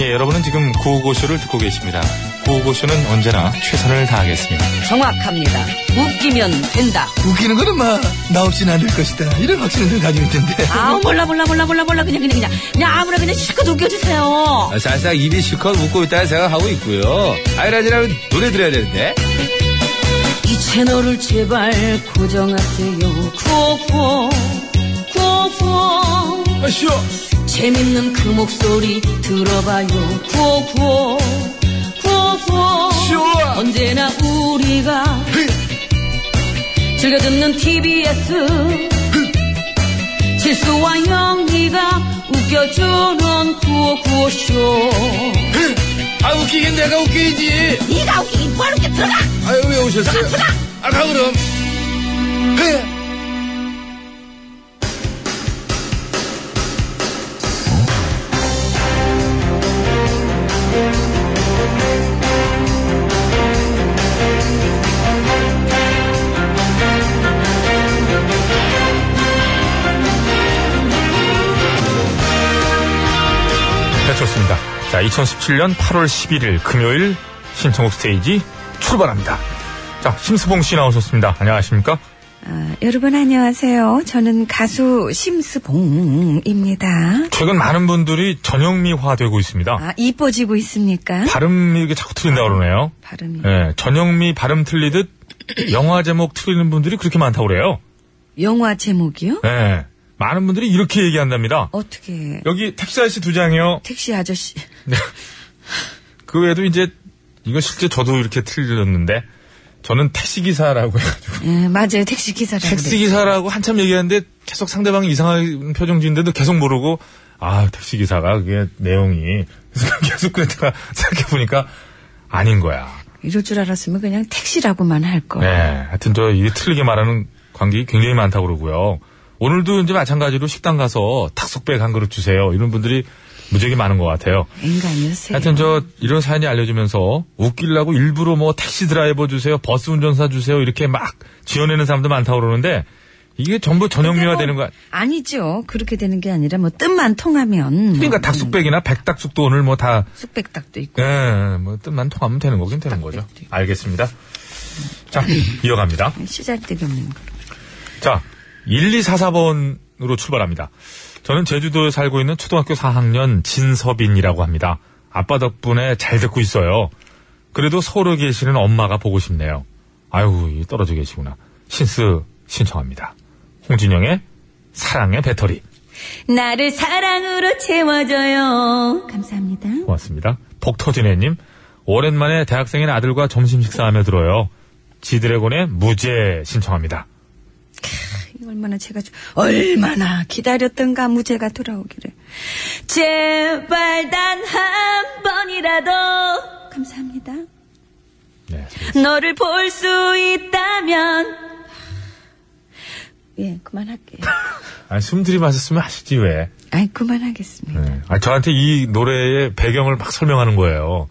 예, 여러분은 지금 구호고쇼를 듣고 계십니다. 구호고쇼는 언제나 최선을 다하겠습니다. 정확합니다. 웃기면 된다. 웃기는 거는 마, 나 없진 않을 것이다. 이런 확신을 가지고 있던데. 뭐- 아 몰라 몰라 몰라 몰라 몰라 그냥 그냥 그냥 그냥 아무나 그냥 실컷 웃겨주세요. 아, 살짝 입이 실컷 웃고 있다는 생각하고 있고요. 아이라지라면 노래 들어야 되는데. 이 채널을 제발 고정하세요. 구호구호 구호구호 아, 쉬어. 재밌는 그 목소리 들어봐요. 구호구호 구호구호 쉬워. 언제나 우리가 즐겨 듣는 TBS 실수와 영리가 웃겨주는 구호구호쇼. 아, 웃기긴 내가 웃기지. 네가 웃기긴 뭘 웃겨 들어가. 아유, 왜 오셨어요? 아, 가, 그럼. 해. 내 네, 자, 2017년 8월 11일 금요일 신청곡 스테이지 출발합니다. 자, 심수봉 씨 나오셨습니다. 안녕하십니까? 아, 여러분 안녕하세요. 저는 가수 심스봉입니다. 최근 많은 분들이 전영미화되고 있습니다. 아 이뻐지고 있습니까? 발음이 이렇게 자꾸 틀린다 그러네요. 발음이 예, 전영미 발음 틀리듯 영화 제목 틀리는 분들이 그렇게 많다고 그래요. 영화 제목이요? 예. 많은 분들이 이렇게 얘기한답니다. 어떻게 여기 택시 아저씨 두 장이요. 택시 아저씨 그 외에도 이제 이거 실제 저도 이렇게 틀렸는데 저는 택시 기사라고 해가지고 예, 맞아요 택시 기사라고 택시 그랬어요. 기사라고 한참 얘기하는데 계속 상대방이 이상한 표정 지는데도 계속 모르고 아 택시 기사가 그게 내용이 그래서 계속 그랬다가 생각해 보니까 아닌 거야. 이럴 줄 알았으면 그냥 택시라고만 할 걸. 네, 하여튼 저 이게 틀리게 말하는 관객이 굉장히 많다고 그러고요. 오늘도 이제 마찬가지로 식당 가서 탁속백 한 그릇 주세요. 이런 분들이 무지하게 많은 것 같아요. 인간이었어요. 하여튼 저 이런 사연이 알려지면서 웃기려고 일부러 뭐 택시 드라이버 주세요, 버스 운전사 주세요 이렇게 막 지어내는 사람도 많다고 그러는데 이게 전부 전형미화 되는 거야. 아니죠. 그렇게 되는 게 아니라 뭐 뜻만 통하면. 그러니까 닭숙백이나 백닭숙도 오늘 뭐 다, 숙백닭도 있고. 예, 뭐 뜻만 통하면 되는 거긴 되는 거죠. 알겠습니다. 자, 이어갑니다. 시잘데기 없는 거. 자, 1244번으로 출발합니다. 저는 제주도에 살고 있는 초등학교 4학년 진서빈이라고 합니다. 아빠 덕분에 잘 듣고 있어요. 그래도 서울에 계시는 엄마가 보고 싶네요. 아유, 이 떨어져 계시구나. 신스 신청합니다. 홍진영의 사랑의 배터리. 나를 사랑으로 채워줘요. 감사합니다. 고맙습니다. 복터진해님, 오랜만에 대학생인 아들과 점심 식사하며 들어요. 지드래곤의 무죄 신청합니다. 이거 얼마나 제가 좀- 얼마나 기다렸던가 무죄가 돌아오기를. 제발 단 한 번이라도 감사합니다. 네, 너를 볼 수 있다면 예 그만할게요. 아니, 숨 들이마셨으면 하시지 왜. 아이 그만하겠습니다. 네. 아, 저한테 이 노래의 배경을 막 설명하는 거예요.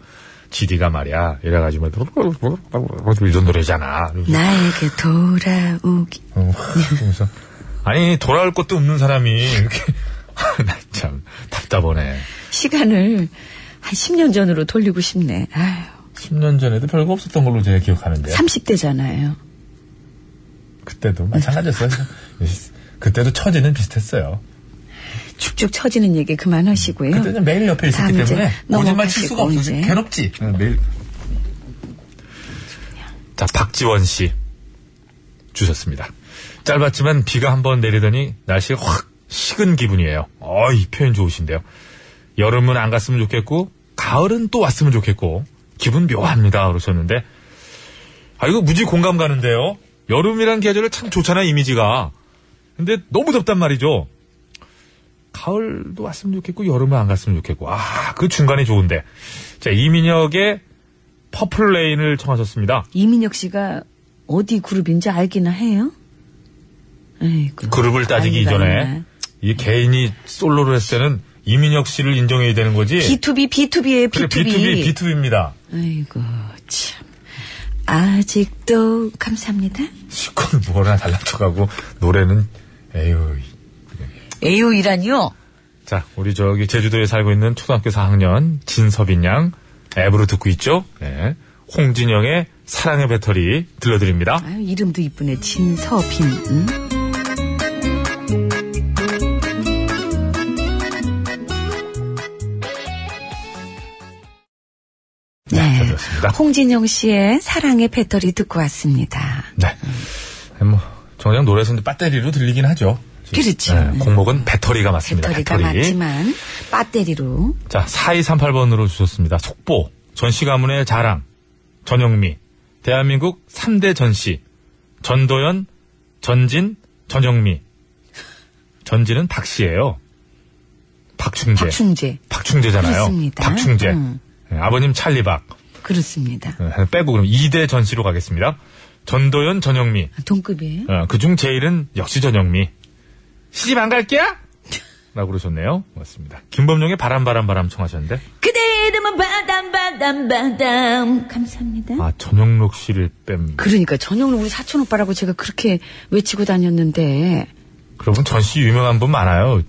GD가 말이야. 이래가지고, 뭐, 막뭐 이런 노래잖아. 나에게 돌아오기. 어, 그래서 아니, 돌아올 것도 없는 사람이 이렇게. 나 참, 답답하네. 시간을 한 10년 전으로 돌리고 싶네. 아유, 10년 전에도 별거 없었던 걸로 제가 기억하는데요. 30대잖아요. 그때도 마찬가지였어요. 그때도 처지는 비슷했어요. 쭉쭉 처지는 얘기 그만하시고요. 그때는 매일 옆에 다음 있었기 문제 때문에 오줌만 칠 수가 넘어가시고 없어서 이제. 괴롭지. 매일. 자, 박지원 씨 주셨습니다. 짧았지만 비가 한 번 내리더니 날씨가 확 식은 기분이에요. 어이 표현 좋으신데요. 여름은 안 갔으면 좋겠고 가을은 또 왔으면 좋겠고 기분 묘합니다 그러셨는데 아 이거 무지 공감 가는데요. 여름이란 계절을 참 좋잖아 이미지가. 근데 너무 덥단 말이죠. 가을도 왔으면 좋겠고 여름은 안 갔으면 좋겠고 아 그 중간이 좋은데 자 이민혁의 퍼플 레인을 청하셨습니다 이민혁 씨가 어디 그룹인지 알기나 해요? 에이구. 그룹을 따지기 아니다, 이전에 아니다. 이 개인이 솔로를 했을 때는 이민혁 씨를 인정해야 되는 거지 B2B, B2B예요, 그래, B2B B2B. B2B입니다 아이고, 참. 아직도 감사합니다. 실컷 뭐나 달란 척하고 노래는 에휴 AO이라니요? 자 우리 저기 제주도에 살고 있는 초등학교 4학년 진서빈 양 앱으로 듣고 있죠 네. 홍진영의 사랑의 배터리 들려드립니다 아유, 이름도 이쁘네. 진서빈. 응? 네, 잘 들었습니다 홍진영 씨의 사랑의 배터리 듣고 왔습니다. 네. 뭐, 정작 노래에서는 배터리로 들리긴 하죠. 그렇죠. 네, 공목은 배터리가 맞습니다. 배터리가 배터리. 예. 맞지만, 배터리로. 자, 4238번으로 주셨습니다. 속보, 전시 가문의 자랑, 전영미, 대한민국 3대 전시, 전도연, 전진, 전영미. 전진은 박씨예요. 박충재. 박충재. 박충재잖아요. 그렇습니다. 박충재. 음. 네, 아버님 찰리박. 그렇습니다. 네, 하나 빼고 그럼 2대 전시로 가겠습니다. 전도연, 전영미. 동급이에요? 어, 그중 제일은 역시 전영미. 시집 안 갈게야? 라고 그러셨네요. 맞습니다. 김범용의 바람바람 바람 청하셨는데. 그대 이름은 바담 바담 바담. 감사합니다. 아, 전영록 씨를 뺍니다. 그러니까 전영록 우리 사촌 오빠라고 제가 그렇게 외치고 다녔는데 그러분 전시 유명한 분 많아요.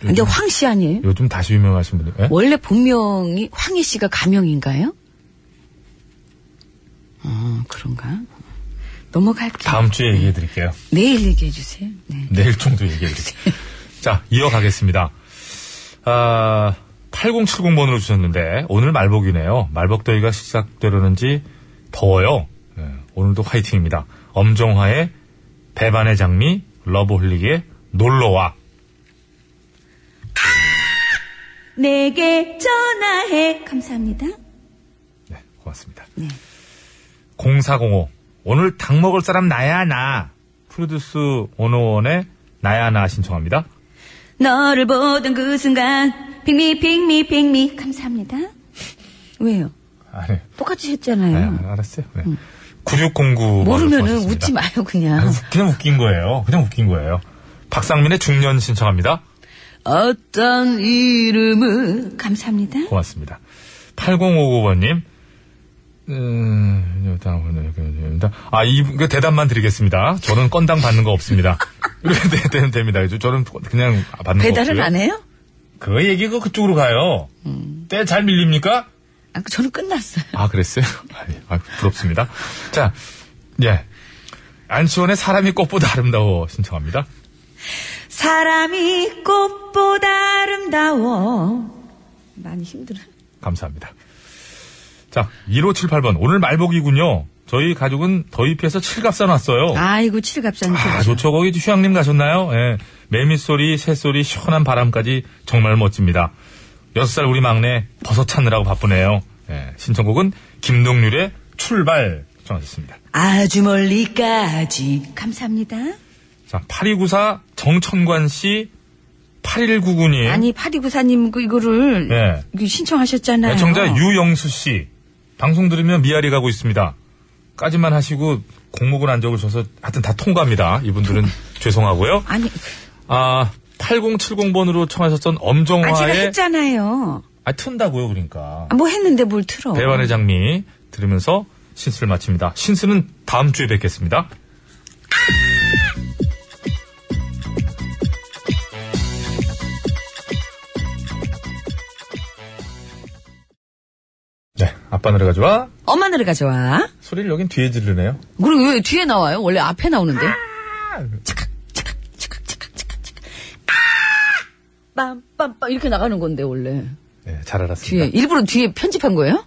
근데 뭐- 황 씨 아니에요? 요즘 다시 유명하신 분이 예? 원래 본명이 황희 씨가 가명인가요? 어, 그런가? 넘어갈게요. 다음 주에 얘기해 드릴게요. 내일 얘기해 주세요. 네. 내일 정도 얘기해 드릴게요. 자, 이어가겠습니다. 아, 8070번으로 주셨는데, 오늘 말복이네요. 말복더위가 시작되려는지 더워요. 예, 오늘도 화이팅입니다. 엄정화의 배반의 장미, 러브홀릭의 놀러와. 내게 전화해. 감사합니다. 네, 고맙습니다. 네. 0405. 오늘 닭 먹을 사람 나야, 나. 프로듀스 101의 나야, 나 신청합니다. 너를 보던 그 순간 핑미 핑미 핑미 감사합니다. 왜요? 아니, 똑같이 네, 했잖아요. 알았어요. 네. 9609. 음. 모르면은 웃지 마요, 아니, 그냥. 웃- 그냥 웃긴 거예요. 그냥 웃긴 거예요. 박상민의 중년 신청합니다. 어떤 이름은 감사합니다. 뭐 고맙습니다. 8059번님. 음, 여당 분들, 여기, 여기입니다. 아, 이, 그 대답만 드리겠습니다. 저는 건당 받는 거 없습니다. 이렇게 되- 되면 됩니다. 저는 그냥 받는 거. 배달은 없고요. 안 해요? 음. 그 얘기고 그쪽으로 가요. 때 잘 밀립니까? 아, 그 저는 끝났어요. 아, 그랬어요? 아니, 아, 부럽습니다. 자, 예. 안치원의 사람이 꽃보다 아름다워 신청합니다. 사람이 꽃보다 아름다워. 많이 힘들어. 감사합니다. 자, 1578번. 오늘 말복이군요. 저희 가족은 더위 피해서 칠갑산 왔어요. 아이고, 그렇죠. 칠갑산 아, 좋죠. 좋죠. 거기 휴양림 가셨나요? 예. 매미 소리, 새 소리, 시원한 바람까지 정말 멋집니다. 여섯 살 우리 막내 버섯 찾느라고 바쁘네요. 예. 신청곡은 김동률의 출발 정하셨습니다. 아주 멀리까지. 감사합니다. 자, 8294 정천관 씨 8199님. 아니, 파리구사님, 그, 이거를 예. 이거 신청하셨잖아요. 애청자 유영수 씨. 방송 들으면 미아리 가고 있습니다. 까지만 하시고 공목을 안 적으셔서 하여튼 다 통과합니다. 이분들은 죄송하고요. 아니, 아, 8070번으로 청하셨던 아, 제가 엄정화의 했잖아요. 아, 튼다고요, 그러니까. 아, 뭐 했는데 뭘 틀어. 배반의 장미 들으면서 신스를 마칩니다. 신스는 다음 주에 뵙겠습니다. 네, 아빠 노래가 좋아. 엄마 노래가 좋아. 소리를 여긴 뒤에 지르네요. 그리고 왜 뒤에 나와요? 원래 앞에 나오는데. 아! 아! 빰빰빰 이렇게 나가는 건데 원래 네, 잘 알았습니다. 뒤에 일부러 뒤에 편집한 거예요?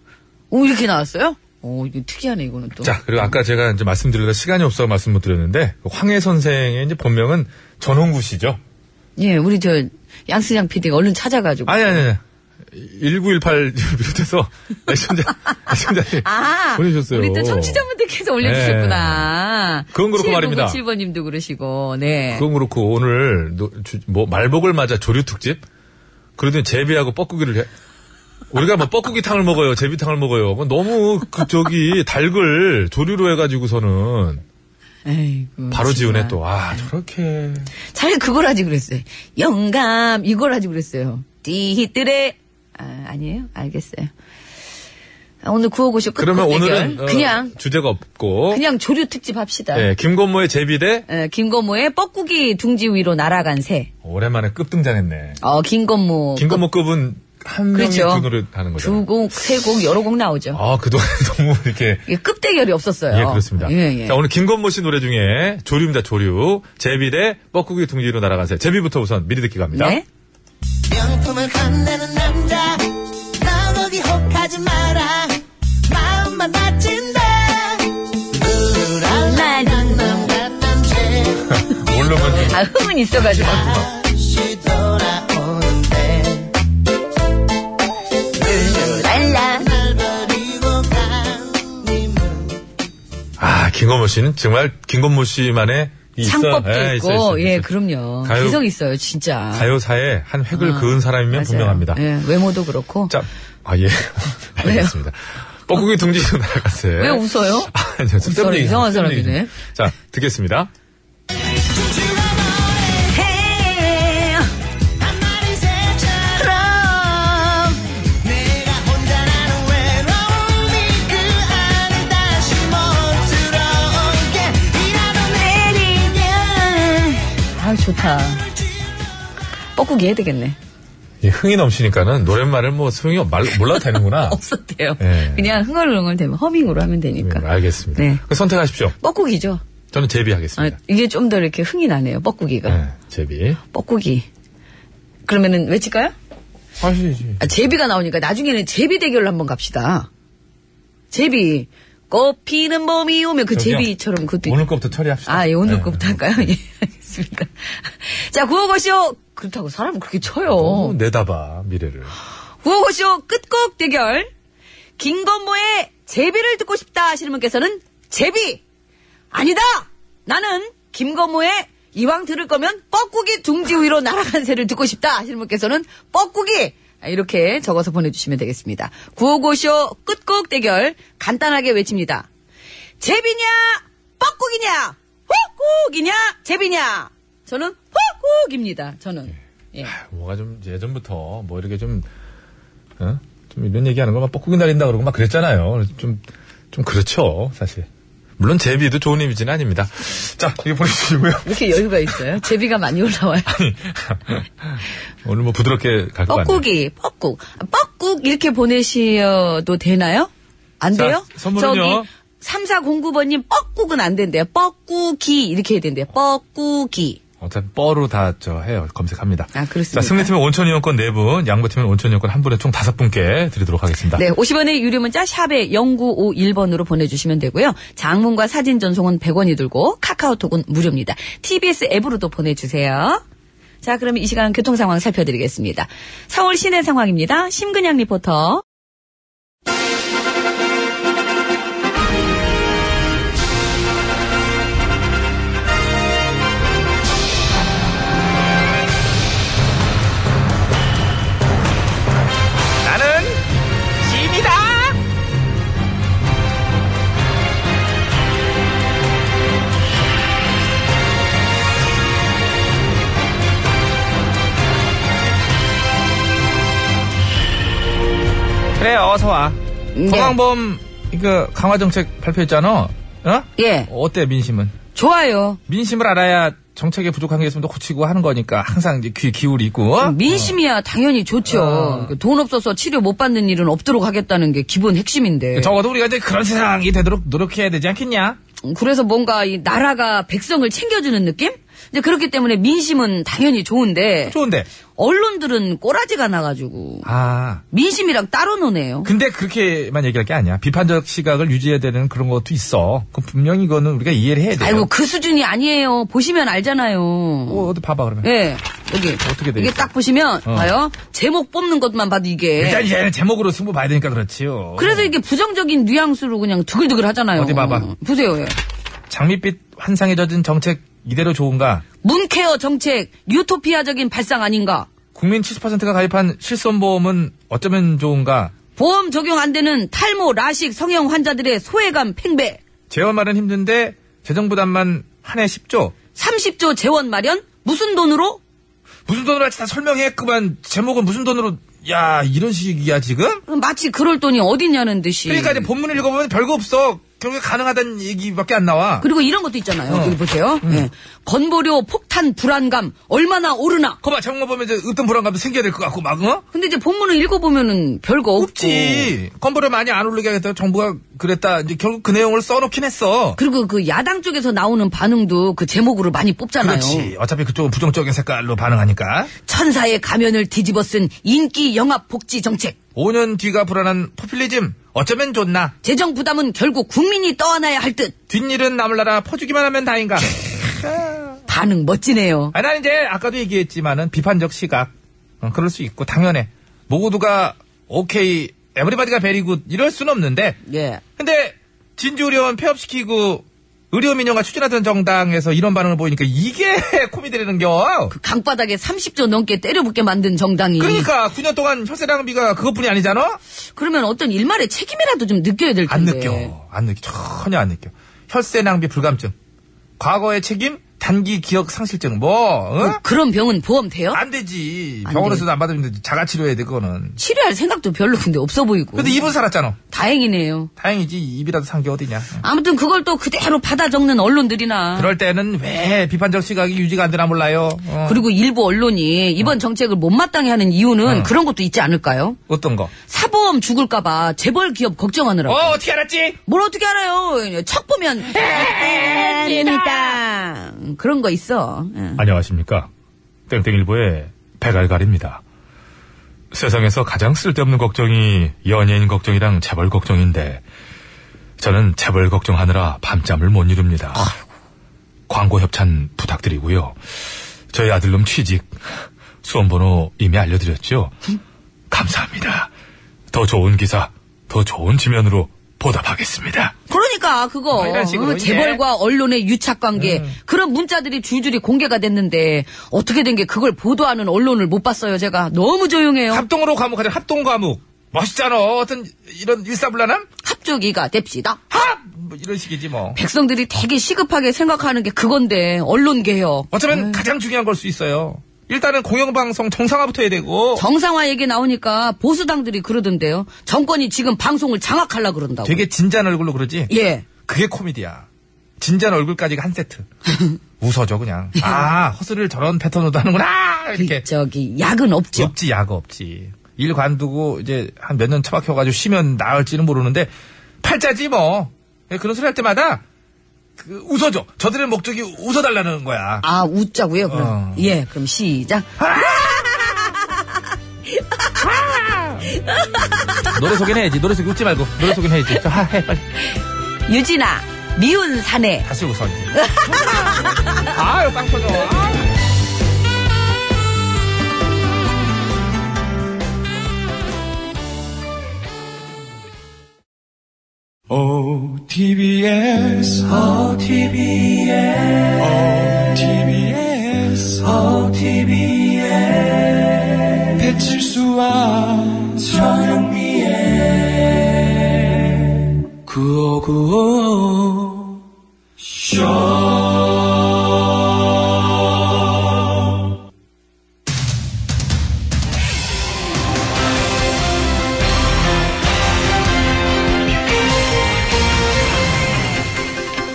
오 이렇게 나왔어요? 오 이거 특이하네 이거는 또. 자, 그리고 아까 제가 이제 말씀드리려 시간이 없어서 말씀 못 드렸는데 그 황해 선생의 이제 본명은 전홍구 씨죠. 예, 우리 저 양승양 PD가 얼른 찾아가지고. 아니 아니 아니. 1918 비롯해서 애청자 애청자님 아, 보내주셨어요. 네. 우리 또 청취자분들께서 올려주셨구나. 그건 그렇고 말입니다. 7번님도 그러시고, 네. 그건 그렇고 오늘 노- 주- 뭐 말복을 맞아 조류 특집. 그러더니 제비하고 뻐꾸기를 해. 우리가 뭐 뻐꾸기탕을 먹어요, 제비탕을 먹어요. 뭐 너무 그 저기 닭을 조류로 해가지고서는 에이구, 바로 진짜. 지우네 또. 아 저렇게. 자기 그걸 하지 그랬어요. 영감 이걸 하지 그랬어요. 띠히뜨레 아, 아니에요? 알겠어요. 아, 오늘 구호고쇼 끝 그러면 끝 대결. 오늘은 어, 그냥 주제가 없고. 그냥 조류 특집 합시다. 예, 김건모의 제비 대 에, 김건모의 뻐꾸기 둥지 위로 날아간 새. 오랜만에 급등장했네. 어 김건모 김건모 급은 한 명이 그렇죠. 두 노래 하는 거죠. 두곡세곡 여러 곡 나오죠. 아 그동안 너무 이렇게 이게 끝 대결이 없었어요. 예, 그렇습니다. 예, 예. 자, 오늘 김건모 씨 노래 중에 조류입니다, 조류. 제비 대 뻐꾸기 둥지로 날아가세요. 제비부터 우선 미리 듣기 갑니다. 네. 명품을 감내는 남자 나 어디 혹하지 마라 마음만 다친다 네. 우랄랄랄랄랄 남자 모르면 아 흥은 있어가지고. 다시 돌아오는데 랄라. 날 버리고 간님은 아, 김건모 씨는 정말 김건모 씨만의 이 있어. 창법도 예, 있고, 있어, 있어, 있어. 예, 그럼요. 가요- 기성 있어요, 진짜. 가요사에 한 획을 아, 그은 사람이면 맞아요. 분명합니다. 예, 외모도 그렇고. 자, 아, 예. 알겠습니다. 뻐꾸기 둥지로 날아가세요. 왜 웃어요? 아니요, 웃어라, 쓸데없는 얘기 이상한 좀, 쓸데없는 사람이네. 얘기 좀. 자, 듣겠습니다. 한 마리 새처럼 내가 혼자 나는 외로움이 그 안에 다시 못 들어오게 이라도 내리면 아 좋다. 뻐꾸기 해야 되겠네. 이 흥이 넘치니까는 노랫말을 뭐 소용이 없, 말, 몰라도 되는구나. 없었대요. 예. 그냥 흥얼흥얼 되면 허밍으로 하면 되니까. 네, 알겠습니다. 네. 그럼 선택하십시오. 뻐꾸기죠. 저는 아, 제비하겠습니다. 이게 좀 더 이렇게 흥이 나네요. 뻐꾸기가. 네, 제비. 뻐꾸기. 그러면은 외칠까요? 하시지. 아, 제비가 나오니까 나중에는 제비 대결로 한번 갑시다. 제비. 꽃 피는 봄이 오면 그 저기요. 제비처럼 그것도 오늘 거부터 처리합시다. 아, 예, 오늘 네. 거부터 할까요? 예, 알겠습니다. 자, 구호고쇼! 그렇다고 사람을 그렇게 너무 쳐요. 어, 내다봐, 미래를. 구호고쇼 끝곡 대결. 김건모의 제비를 듣고 싶다 하시는 분께서는 제비! 아니다! 나는 김건모의 이왕 들을 거면 뻐꾸기 둥지 위로 날아간 새를 듣고 싶다 하시는 분께서는 뻐꾸기! 아, 이렇게 적어서 보내주시면 되겠습니다. 구호고쇼 끝곡 대결 간단하게 외칩니다. 제비냐 뻐꾸기냐 호국이냐 제비냐 저는 호국입니다. 저는 예. 뭐가 좀 예전부터 뭐 이렇게 좀, 어? 좀 이런 얘기하는 거막 뻐꾸기 날린다 그러고 막 그랬잖아요. 좀, 좀 그렇죠, 사실. 물론 제비도 좋은 이미지는 아닙니다. 자, 이거 보내주시고요. 이렇게 여유가 있어요. 제비가 많이 올라와요. 오늘 뭐 부드럽게 갈 것 같네요. 뻐꾸기, 뻐꾹, 뻐꾹 이렇게 보내셔도 되나요? 안 자, 돼요? 선물은요? 저기 3409번님 뻐꾹은 안 된대요. 뻐꾸기 이렇게 해야 된대요. 뻐꾸기. 어차피 뻐로 다 저 해요. 검색합니다. 아, 자, 그렇습니다. 승리팀은 온천 이용권 4분, 양보팀은 온천 이용권 한 분에 총 5분께 드리도록 하겠습니다. 네, 50원의 유료 문자 샵에 0951번으로 보내주시면 되고요. 장문과 사진 전송은 100원이 들고 카카오톡은 무료입니다. TBS 앱으로도 보내주세요. 자, 그럼 이 시간 교통 상황 살펴드리겠습니다. 서울 시내 상황입니다. 심근양 리포터. 나는 짐이다. 그래 어서 와. 네. 서강범 이거 강화 정책 발표했잖아. 어? 예, 어때 민심은? 좋아요. 민심을 알아야 정책에 부족한 게 있으면 또 고치고 하는 거니까 항상 이제 귀 기울이고. 그 민심이야 당연히 좋죠. 아. 그 돈 없어서 치료 못 받는 일은 없도록 하겠다는 게 기본 핵심인데. 적어도 우리가 이제 그런 세상이 되도록 노력해야 되지 않겠냐? 그래서 뭔가 이 나라가 백성을 챙겨주는 느낌? 이제 그렇기 때문에 민심은 당연히 좋은데 좋은데. 언론들은 꼬라지가 나가지고 아. 민심이랑 따로 노네요. 근데 그렇게만 얘기할 게 아니야. 비판적 시각을 유지해야 되는 그런 것도 있어. 그럼 분명히 이거는 우리가 이해를 해야 돼. 아이고 그 수준이 아니에요. 보시면 알잖아요. 어, 어디 봐봐, 그러면. 예. 여기 어떻게 돼 이게 있어? 딱 보시면 어. 봐요. 제목 뽑는 것만 봐도 이게 일단 이제는 제목으로 승부 봐야 되니까 그렇지요. 그래서 이게 부정적인 뉘앙스로 그냥 두글두글 하잖아요. 어디 봐봐. 보세요. 예. 장밋빛 환상에 젖은 정책 이대로 좋은가? 문케어 정책 유토피아적인 발상 아닌가? 국민 70%가 가입한 실손보험은 어쩌면 좋은가? 보험 적용 안 되는 탈모, 라식, 성형 환자들의 소외감 팽배. 재원 말은 힘든데 재정 부담만 한 해 10조. 30조 재원 마련? 무슨 돈으로? 무슨 돈으로 할지 다 설명해 그만 제목은 무슨 돈으로 야 이런 식이야 지금? 마치 그럴 돈이 어딨냐는 듯이. 그러니까 이제 본문을 읽어보면 별거 없어. 결국에 가능하다는 얘기밖에 안 나와. 그리고 이런 것도 있잖아요. 어. 여기 보세요. 음. 예. 건보료 폭탄 불안감 얼마나 오르나. 거봐 제목만 보면 이제 어떤 불안감도 생겨야 될 것 같고 막 어? 근데 이제 본문을 읽어보면은 별거 없고. 없지. 건보료 많이 안 오르게 하겠다. 정부가 그랬다. 이제 결국 그 내용을 써놓긴 했어. 그리고 그 야당 쪽에서 나오는 반응도 그 제목으로 많이 뽑잖아요. 그렇지. 어차피 그쪽은 부정적인 색깔로 반응하니까. 천사의 가면을 뒤집어 쓴 인기 영합 복지 정책. 5년 뒤가 불안한 포퓰리즘. 어쩌면 좋나. 재정 부담은 결국 국민이 떠안아야 할 듯. 뒷일은 남을 나라 퍼주기만 하면 다인가. 반응 멋지네요. 아, 난 이제 아까도 얘기했지만은 비판적 시각. 어, 그럴 수 있고 당연해. 모두가 오케이, 에브리바디가 베리굿 이럴 수는 없는데. 예. 근데 진주의료원 폐업시키고 의료민영화 추진하던 정당에서 이런 반응을 보이니까 이게 코미디라는 겨. 그 강바닥에 30조 넘게 때려붙게 만든 정당이. 그러니까 9년 동안 혈세 낭비가 그것뿐이 아니잖아. 그러면 어떤 일말의 책임이라도 좀 느껴야 될 텐데. 안 느껴. 안 느껴. 전혀 안 느껴. 혈세 낭비 불감증. 과거의 책임 단기 기억 상실증 뭐 응? 어, 그런 병은 보험 돼요? 안 되지 안 병원에서도 안 받으면 되지. 자가 치료해야 돼 그거는 치료할 생각도 별로 근데 없어 보이고. 근데 입은 살았잖아 다행이네요. 다행이지 입이라도 산 게 어디냐 응. 아무튼 그걸 또 그대로 받아 적는 언론들이나 그럴 때는 왜 비판적 시각이 유지가 안 되나 몰라요 어. 그리고 일부 언론이 이번 정책을 못마땅히 하는 어. 이유는 그런 것도 있지 않을까요? 어떤 거 사보험 죽을까봐 재벌 기업 걱정하느라고. 어, 어떻게 알았지? 뭘 어떻게 알아요? 척 보면 아. 아, 그러니까 그런 거 있어. 응. 안녕하십니까. 땡땡일보의 백알갈입니다. 세상에서 가장 쓸데없는 걱정이 연예인 걱정이랑 재벌 걱정인데, 저는 재벌 걱정하느라 밤잠을 못 이룹니다. 광고 협찬 부탁드리고요. 저희 아들놈 취직, 수험번호 이미 알려드렸죠? 감사합니다. 더 좋은 기사, 더 좋은 지면으로 보답하겠습니다. 그러니까 그거 뭐 이런 식으로 어, 이제. 음. 재벌과 언론의 유착 관계 그런 문자들이 줄줄이 공개가 됐는데 어떻게 된 게 그걸 보도하는 언론을 못 봤어요. 제가 너무 조용해요. 합동으로 과목 하자. 합동 과목. 멋있잖아. 어떤 이런 일사불란함? 합주기가 됩시다. 합! 뭐 이런 식이지 뭐. 백성들이 되게 시급하게 생각하는 게 그건데 언론 개혁. 어쩌면 가장 중요한 걸 수 있어요. 일단은 공영방송 정상화부터 해야 되고 정상화 얘기 나오니까 보수당들이 그러던데요. 정권이 지금 방송을 장악하려 그런다고. 되게 진지한 얼굴로 그러지. 예. 그게 코미디야. 진지한 얼굴까지가 한 세트. 웃어줘 그냥. 아 허스를 저런 패턴으로도 그 하는구나 이렇게. 저기 약은 없죠. 없지 야가 없지. 일 관두고 이제 한 몇 년 처박혀가지고 쉬면 나을지는 모르는데 팔자지 뭐. 예, 그런 소리 할 때마다 그 웃어줘. 저들의 목적이 웃어달라는 거야. 아 웃자고요. 그럼 어. 예 그럼 시작. 노래 소개는 해야지. 노래 소개 웃지 말고 노래 소개는 해야지. 자, 하, 해 빨리. 유진아 미운 사내. 다시 웃어 이제. 아유 빵 터져. 아. OTBS, OTBS, OTBS, OTBS. 배칠수와 저녁미에 구호구호.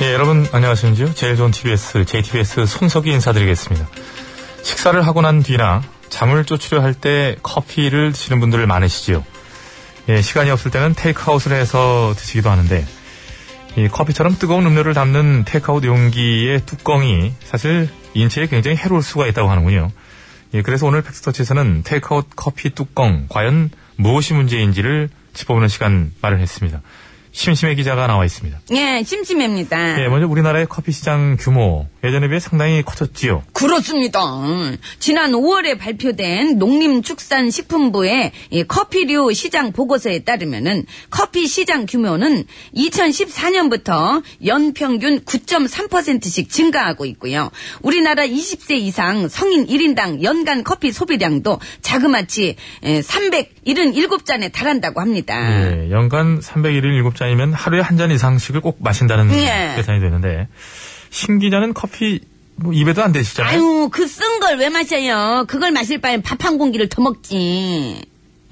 예, 여러분 안녕하십니까? 제일 좋은 TBS, JTBS 손석희 인사드리겠습니다. 식사를 하고 난 뒤나 잠을 쫓으려 할 때 커피를 드시는 분들 많으시지요. 예, 시간이 없을 때는 테이크아웃을 해서 드시기도 하는데 이 커피처럼 뜨거운 음료를 담는 테이크아웃 용기의 뚜껑이 사실 인체에 굉장히 해로울 수가 있다고 하는군요. 예, 그래서 오늘 팩스터치에서는 테이크아웃 커피 뚜껑 과연 무엇이 문제인지를 짚어보는 시간 마련했습니다. 심심해 기자가 나와 있습니다. 예 심심합니다. 예, 먼저 우리나라의 커피 시장 규모 예전에 비해 상당히 커졌지요. 그렇습니다. 음, 지난 5월에 발표된 농림축산식품부의 이 커피류 시장 보고서에 따르면은 커피 시장 규모는 2014년부터 연평균 9.3%씩 증가하고 있고요. 우리나라 20세 이상 성인 1인당 연간 커피 소비량도 자그마치 377잔에 달한다고 합니다. 네. 예, 연간 317잔이면 하루에 한 잔 이상씩을 꼭 마신다는 예. 계산이 되는데 신 기자는 커피 뭐 입에도 안 되시잖아요. 아유, 그 쓴 걸 왜 마셔요? 그걸 마실 바엔 밥 한 공기를 더 먹지.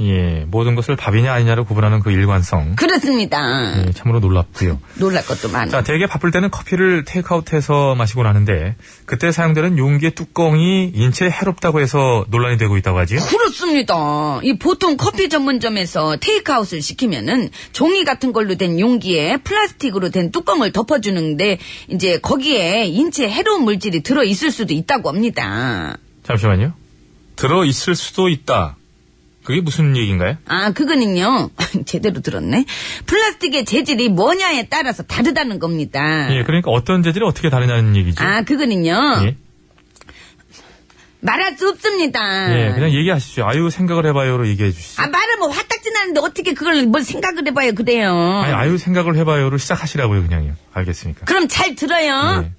예, 모든 것을 밥이냐 아니냐로 구분하는 그 일관성 그렇습니다. 예, 참으로 놀랍고요. 놀랄 것도 많아. 자, 되게 바쁠 때는 커피를 테이크아웃해서 마시곤 하는데 그때 사용되는 용기의 뚜껑이 인체에 해롭다고 해서 논란이 되고 있다고 하지요. 그렇습니다. 이 보통 커피 전문점에서 테이크아웃을 시키면은 종이 같은 걸로 된 용기에 플라스틱으로 된 뚜껑을 덮어주는데 이제 거기에 인체 해로운 물질이 들어 있을 수도 있다고 합니다. 잠시만요. 들어 있을 수도 있다. 그게 무슨 얘기인가요? 아, 그거는요. 제대로 들었네. 플라스틱의 재질이 뭐냐에 따라서 다르다는 겁니다. 예, 그러니까 어떤 재질이 어떻게 다르냐는 얘기죠. 아, 그거는요. 예. 말할 수 없습니다. 예, 그냥 얘기하십시오. 아유, 생각을 해봐요로 얘기해 주시죠. 아, 말하면 화딱지 나는데 어떻게 그걸 뭘 생각을 해봐요, 그래요. 아니, 아유, 생각을 해봐요로 시작하시라고요, 그냥요. 알겠습니까? 그럼 잘 들어요. 예.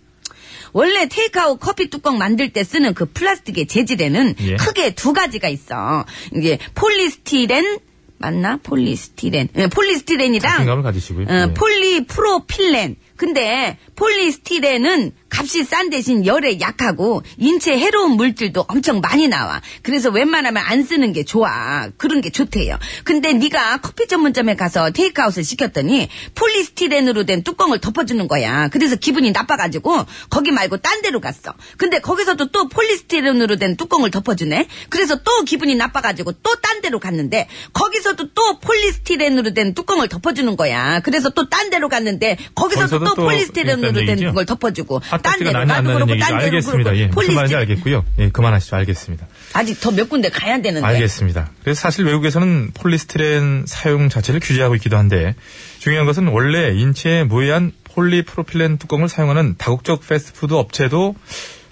원래 테이크아웃 커피 뚜껑 만들 때 쓰는 그 플라스틱의 재질에는 예. 크게 두 가지가 있어. 이게 폴리스티렌 맞나? 폴리스티렌. 예, 폴리스티렌이랑 예. 자신감을 가지시고요. 어, 예. 폴리프로필렌. 근데 폴리스티렌은 값이 싼 대신 열에 약하고 인체 해로운 물질도 엄청 많이 나와. 그래서 웬만하면 안 쓰는 게 좋아. 그런 게 좋대요. 근데 네가 커피 전문점에 가서 테이크아웃을 시켰더니 폴리스티렌으로 된 뚜껑을 덮어주는 거야. 그래서 기분이 나빠가지고 거기 말고 딴 데로 갔어. 근데 거기서도 또 폴리스티렌으로 된 뚜껑을 덮어주네. 그래서 또 기분이 나빠가지고 또 딴 데로 갔는데 거기서도 또 폴리스티렌으로 된 뚜껑을 덮어주는 거야. 그래서 또 딴 데로 갔는데 거기서도 거기서도 또 또 폴리스티렌으로 있다는 된 얘기죠? 아, 그걸 덮어주고 딴 핫도그가 데로 나냐 안 나도 나냐는 그러고 얘기죠. 딴 데로 알겠습니다. 그러고 예, 무슨 말인지 폴리스티렌 알겠고요. 예, 그만하시죠. 알겠습니다. 아직 더 몇 군데 가야 되는데 알겠습니다. 그래서 사실 외국에서는 폴리스티렌 사용 자체를 규제하고 있기도 한데 중요한 것은 원래 인체에 무해한 폴리프로필렌 뚜껑을 사용하는 다국적 패스트푸드 업체도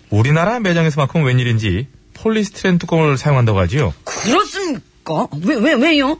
우리나라 매장에서만큼 웬일인지 폴리스티렌 뚜껑을 사용한다고 하지요. 그렇습니까? 왜 왜 왜, 요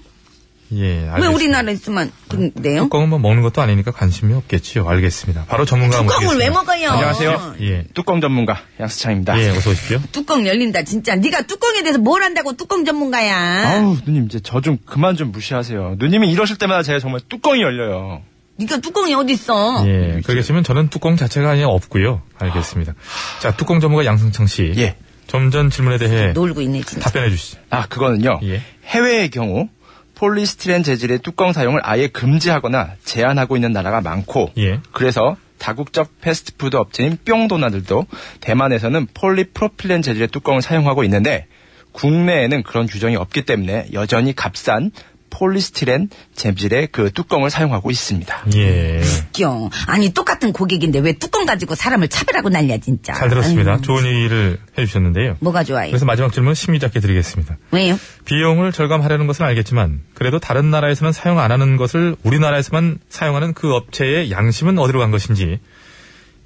예, 알겠습니다. 왜 우리나라에서만 그런데요? 뚜껑은 뭐 먹는 것도 아니니까 관심이 없겠지요. 알겠습니다. 바로 전문가 뚜껑을 모시겠습니다. 왜 먹어요? 안녕하세요. 예, 뚜껑 전문가 양수창입니다. 예, 어서 오십시오. 뚜껑 열린다 진짜. 네가 뚜껑에 대해서 뭘 안다고 뚜껑 네. 전문가야. 아우 누님 이제 저 좀 그만 좀 무시하세요. 누님이 이러실 때마다 제가 정말 뚜껑이 열려요. 네가 뚜껑이 어디 있어? 예, 그러겠으면 저는 뚜껑 자체가 아니라 없고요. 알겠습니다. 자, 뚜껑 전문가 양승창 씨. 예. 좀 전 질문에 대해 놀고 있네 진짜. 답변해 주시죠. 아 그거는요. 예. 해외의 경우 폴리스티렌 재질의 뚜껑 사용을 아예 금지하거나 제한하고 있는 나라가 많고 예. 그래서 다국적 패스트푸드 업체인 뿅도나들도 대만에서는 폴리프로필렌 재질의 뚜껑을 사용하고 있는데 국내에는 그런 규정이 없기 때문에 여전히 값싼 폴리스티렌 재질의 그 뚜껑을 사용하고 있습니다. 예. 웃겨. 아니 똑같은 고객인데 왜 뚜껑 가지고 사람을 차별하고 난리야 진짜. 잘 들었습니다. 아유, 좋은 얘기를 해주셨는데요. 뭐가 좋아요? 그래서 마지막 질문 심의자께 드리겠습니다. 왜요? 비용을 절감하려는 것은 알겠지만 그래도 다른 나라에서는 사용 안 하는 것을 우리나라에서만 사용하는 그 업체의 양심은 어디로 간 것인지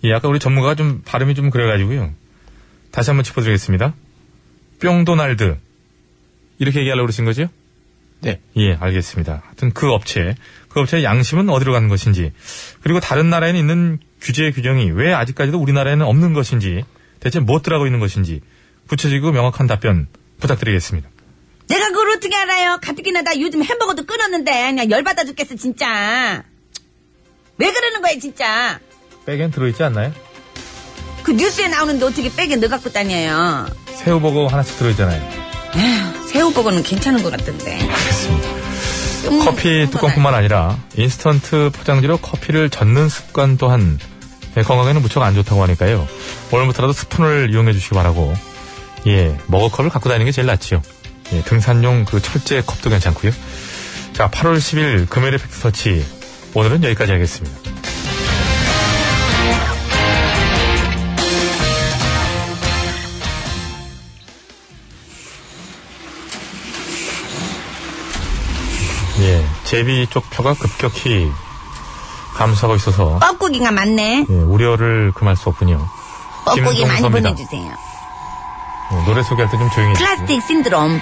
예, 아까 우리 전문가가 좀 발음이 좀 그래가지고요. 다시 한번 짚어드리겠습니다. 뿅도날드 이렇게 얘기하려고 그러신 거죠? 네. 예, 알겠습니다. 하여튼 그 업체, 그 업체의 양심은 어디로 가는 것인지, 그리고 다른 나라에는 있는 규제 규정이 왜 아직까지도 우리나라에는 없는 것인지, 대체 무엇 들하고 있는 것인지, 구체적이고 명확한 답변 부탁드리겠습니다. 내가 그걸 어떻게 알아요? 가뜩이나 나 요즘 햄버거도 끊었는데 그냥 열받아 죽겠어 진짜. 왜 그러는 거야 진짜. 백엔 들어있지 않나요? 그 뉴스에 나오는데 어떻게 백에 넣어갖고 다녀요. 새우버거 하나씩 들어있잖아요. 새우버거는 괜찮은 것 같던데. 좀 커피 음, 그런 건 뚜껑뿐만 아니라 인스턴트 포장지로 커피를 젓는 습관 또한 예, 건강에는 무척 안 좋다고 하니까요. 오늘부터라도 스푼을 이용해 주시기 바라고, 예, 머그컵을 갖고 다니는 게 제일 낫지요. 예, 등산용 그 철제 컵도 괜찮고요. 자, 8월 10일 금요일의 팩트터치. 오늘은 여기까지 하겠습니다. 예, 제비 쪽 표가 급격히 감소하고 있어서 뻐꾸기가 많네. 예, 우려를 금할 수 없군요. 뻐꾸기 많이 김동섭입니다. 보내주세요. 예, 노래 소개할 때 좀 조용히 해주세요. 플라스틱 신드롬.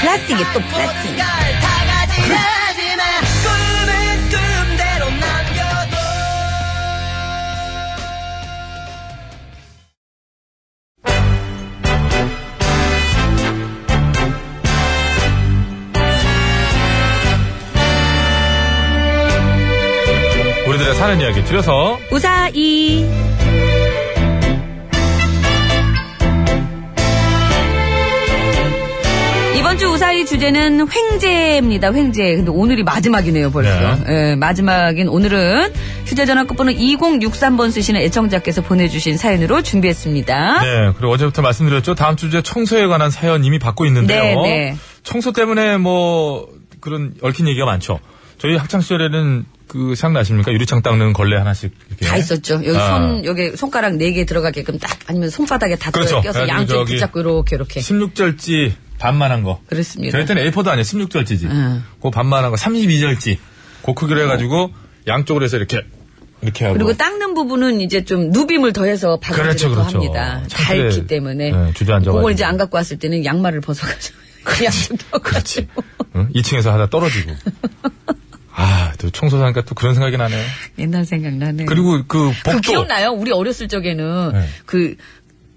플라스틱이 또 플라스틱. 우리들의 사는 이야기 줄여서 우사이. 이번 주 우사이 주제는 횡재입니다. 횡재. 근데 오늘이 마지막이네요, 벌써. 예, 마지막인 오늘은 휴대전화 끝번호 2063번 쓰시는 애청자께서 보내주신 사연으로 준비했습니다. 네 그리고 어제부터 말씀드렸죠 다음 주 주제 청소에 관한 사연 이미 받고 있는데요. 네, 네. 청소 때문에 뭐 그런 얽힌 얘기가 많죠. 저희 학창 시절에는 그 생각나십니까 유리창 닦는 걸레 하나씩 이렇게 다 있었죠. 여기 아. 손, 여기 손가락 네 개 들어가게끔 딱, 아니면 손바닥에 다 그렇죠. 껴서 그래가지고 양쪽 저기 붙잡고 이렇게, 이렇게. 16절지 반만한 거. 그렇습니다. 저희 때는 A4도 아니에요. 16절지지. 응. 그 반만한 거 32절지. 그 크기로 해가지고 양쪽으로 해서 이렇게 이렇게 하고. 그리고 닦는 부분은 이제 좀 누빔을 더해서 뭐. 그렇죠, 바가지로 그렇죠. 합니다. 창틀에, 닳기 때문에. 네, 주저앉아가지고. 그걸 이제 안 갖고 왔을 때는 양말을 벗어가지고. 그냥 그렇지. 응? 2층에서 하다 떨어지고. 아, 또 청소사니까 또 그런 생각이 나네요. 옛날 생각나네. 그리고 그 그 복도. 기억나요? 우리 어렸을 적에는 네. 그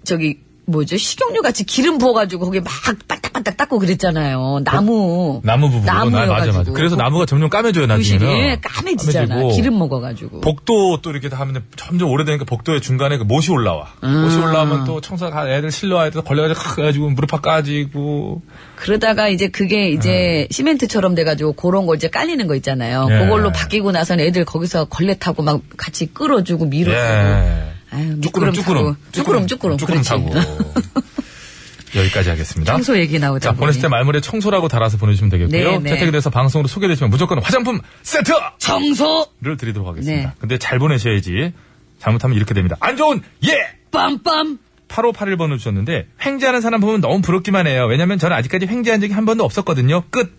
저기 뭐죠? 식용유 같이 기름 부어가지고 거기 막 빠딱빠딱 닦고 그랬잖아요. 나무. 나무 부분. 나무여가지고. 맞아, 맞아. 그래서 나무가 점점 까매져요, 부실이 예, 나중에는. 까매지잖아. 까매지고. 기름 먹어가지고. 복도 또 이렇게 다 하면 점점 오래되니까 복도의 중간에 그 못이 올라와. 음. 못이 올라오면 또 청소 가 애들 실러와 애들 걸려가지고 칵 해가지고 무릎 팍 까지고. 그러다가 이제 그게 네. 이제 시멘트처럼 돼가지고 그런 거 이제 깔리는 거 있잖아요. 예. 그걸로 바뀌고 나선 애들 거기서 걸레 타고 막 같이 끌어주고 밀어주고. 예. 아유, 쭈꾸름, 미끄럼 쭈꾸름. 타고. 쭈꾸름, 쭈꾸름. 쭈꾸름 그렇지. 타고. 여기까지 하겠습니다. 청소 얘기 나오다 자, 보니. 보냈을 때 말머리에 청소라고 달아서 보내주시면 되겠고요. 네, 네. 채택이 돼서 방송으로 소개되시면 무조건 화장품 세트를 청소! 드리도록 하겠습니다. 네. 근데 잘 보내셔야지. 잘못하면 이렇게 됩니다. 안 좋은 예! 빰빰! 8581번을 주셨는데 횡재하는 사람 보면 너무 부럽기만 해요. 왜냐면 저는 아직까지 횡재한 적이 한 번도 없었거든요. 끝.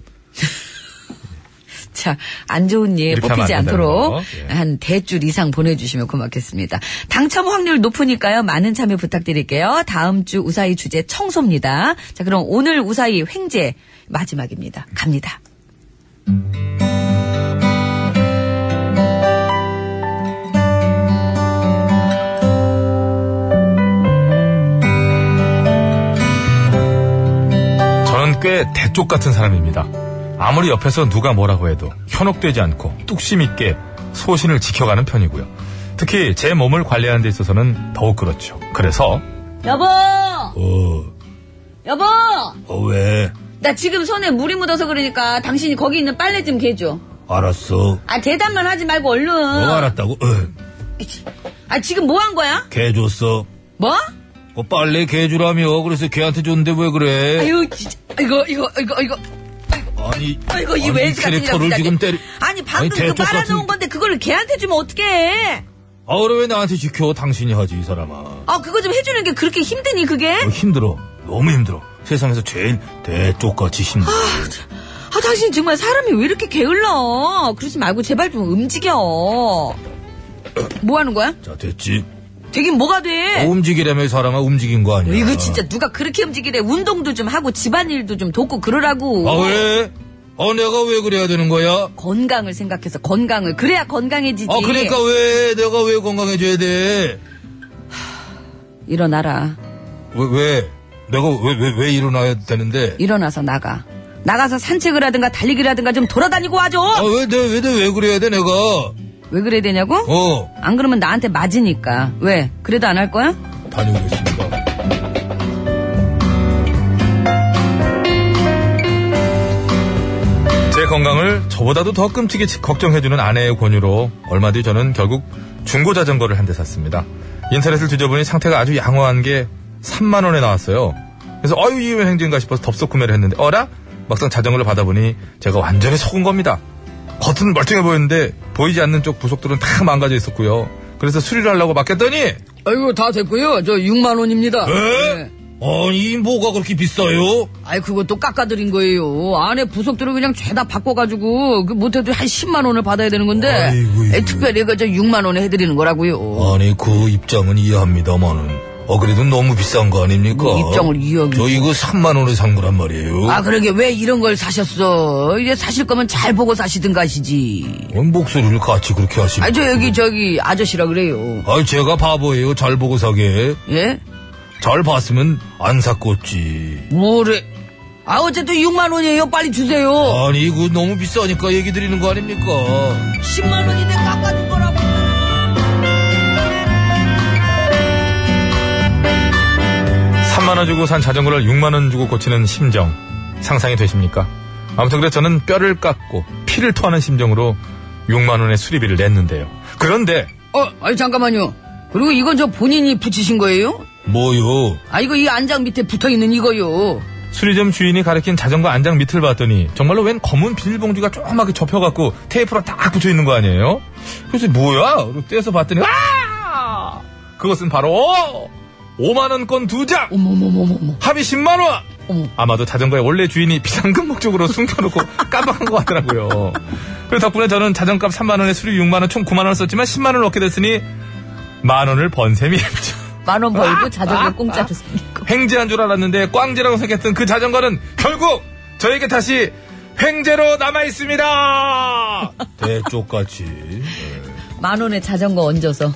자, 안 좋은 예 이렇게 뽑히지 하면 안 된다는 않도록 거. 예. 한 대줄 이상 보내주시면 고맙겠습니다. 당첨 확률 높으니까요. 많은 참여 부탁드릴게요. 다음 주 우사히 주제 청소입니다. 자, 그럼 오늘 우사히 횡재 마지막입니다. 갑니다. 저는 꽤 대쪽 같은 사람입니다. 아무리 옆에서 누가 뭐라고 해도 현혹되지 않고 뚝심 있게 소신을 지켜가는 편이고요. 특히 제 몸을 관리하는 데 있어서는 더욱 그렇죠. 그래서 여보! 어, 여보! 어 왜? 나 지금 손에 물이 묻어서 그러니까 당신이 거기 있는 빨래 좀 개줘. 알았어. 아, 대답만 하지 말고 얼른. 뭐 알았다고? 어, 아, 지금 뭐 한 거야? 개 줬어. 어, 뭐? 빨래 개 주라며. 그래서 개한테 줬는데 왜 그래? 아유, 진짜. 이거, 이거, 이거, 이거. 아니, 아이고 이 아니, 외지 같은 캐릭터를 이런 지금 인간이. 때리- 아니 방금 아니, 그 대쪽 빨아놓은 같은- 건데 그걸 걔한테 주면 어떡해 아, 그럼 왜 나한테 지켜? 당신이 하지, 이 사람아. 어, 아 그거 좀 해주는 게 그렇게 힘드니 그게 힘들어. 너무 힘들어. 세상에서 제일 대쪽같이 힘들어. 아 당신 정말 사람이 왜 이렇게 게을러 그러지 말고 제발 좀 움직여 뭐 하는 거야 자, 됐지? 되긴 뭐가 돼 움직이려면 이 사람아 움직인 거 아니야? 이거 진짜 누가 그렇게 움직이래 운동도 좀 하고 집안일도 좀 돕고 그러라고 아, 왜? 아, 내가 왜 그래야 되는 거야? 건강을 생각해서 건강을 그래야 건강해지지 아, 그러니까 왜? 내가 왜 건강해져야 돼? 일어나라 왜, 왜? 내가 왜, 왜, 왜 일어나야 되는데? 일어나서 나가 나가서 산책을 하든가 달리기를 하든가 좀 돌아다니고 와줘 아, 왜, 내, 왜, 내, 왜 그래야 돼, 내가? 왜 그래야 되냐고 어, 안 그러면 나한테 맞으니까. 왜? 그래도 안 할 거야? 다녀오겠습니다. 제 건강을 저보다도 더 끔찍이 지- 걱정해주는 아내의 권유로 얼마 뒤 저는 결국 중고 자전거를 한 대 샀습니다. 인터넷을 뒤져보니 상태가 아주 양호한 게 3만 원에 나왔어요. 그래서 어유 이왜 행진가 싶어서 덥석 구매를 했는데 어라 막상 자전거를 받아보니 제가 완전히 속은 겁니다. 겉은 멀쩡해 보였는데 보이지 않는 쪽 부속들은 다 망가져 있었고요. 그래서 수리를 하려고 맡겼더니 아이고, 다 됐고요. 저 6만원입니다. 네. 에? 아니, 뭐가 그렇게 비싸요? 아이, 그것도 깎아드린 거예요. 안에 부속들을 그냥 죄다 바꿔가지고, 그 못해도 한 10만원을 받아야 되는 건데, 아이고, 이거. 에, 특별히 그저 6만원에 해드리는 거라고요. 아니 그 입장은 이해합니다만은 어 그래도 너무 비싼 거 아닙니까? 뭐 입장을 이해하기. 저 이거 3만 원에 산 거란 말이에요. 아, 그러게 왜 이런 걸 사셨어? 이제 사실 거면 잘 보고 사시든가 하시지. 뭔 목소리를 같이 그렇게 하시는 아, 저 여기, 저기, 아저씨라 그래요. 아 제가 바보예요. 잘 보고 사게. 예? 잘 봤으면 안 샀겠지. 뭐래? 아, 어쨌든 6만원이에요. 빨리 주세요. 아니 이거 너무 비싸니까 얘기 드리는 거 아닙니까? 10만 원인데 깎아준 거라고. 삼만원 주고 산 자전거를 육만원 주고 고치는 심정 상상이 되십니까? 아무튼 그래 서 저는 뼈를 깎고 피를 토하는 심정으로 육만 원의 수리비를 냈는데요. 그런데 어, 아니 잠깐만요. 그리고 이건 저 본인이 붙이신 거예요? 뭐요? 아 이거 이 안장 밑에 붙어 있는 이거요. 수리점 주인이 가리킨 자전거 안장 밑을 봤더니 정말로 웬 검은 비닐봉지가 조그맣게 접혀갖고 테이프로 딱 붙여 있는 거 아니에요? 그래서 뭐야? 그리고 떼서 봤더니 와! 그것은 바로 5만 원권 두 장. 어머머머머머. 합이 10만 원. 어머. 아마도 자전거의 원래 주인이 비상금 목적으로 숨겨놓고 깜빡한 것 같더라고요. 그 덕분에 저는 자전값 3만 원에 수리 6만 원 총 9만 원을 썼지만 10만 원을 얻게 됐으니 만 원을 번 셈이었죠. 만 원 벌고 자전거 공짜로 생기고. 횡재한 줄 알았는데 꽝제라고 생각했던 그 자전거는 결국 저에게 다시 횡재로 남아 있습니다. 대쪽같이. 만 원에 자전거 얹어서.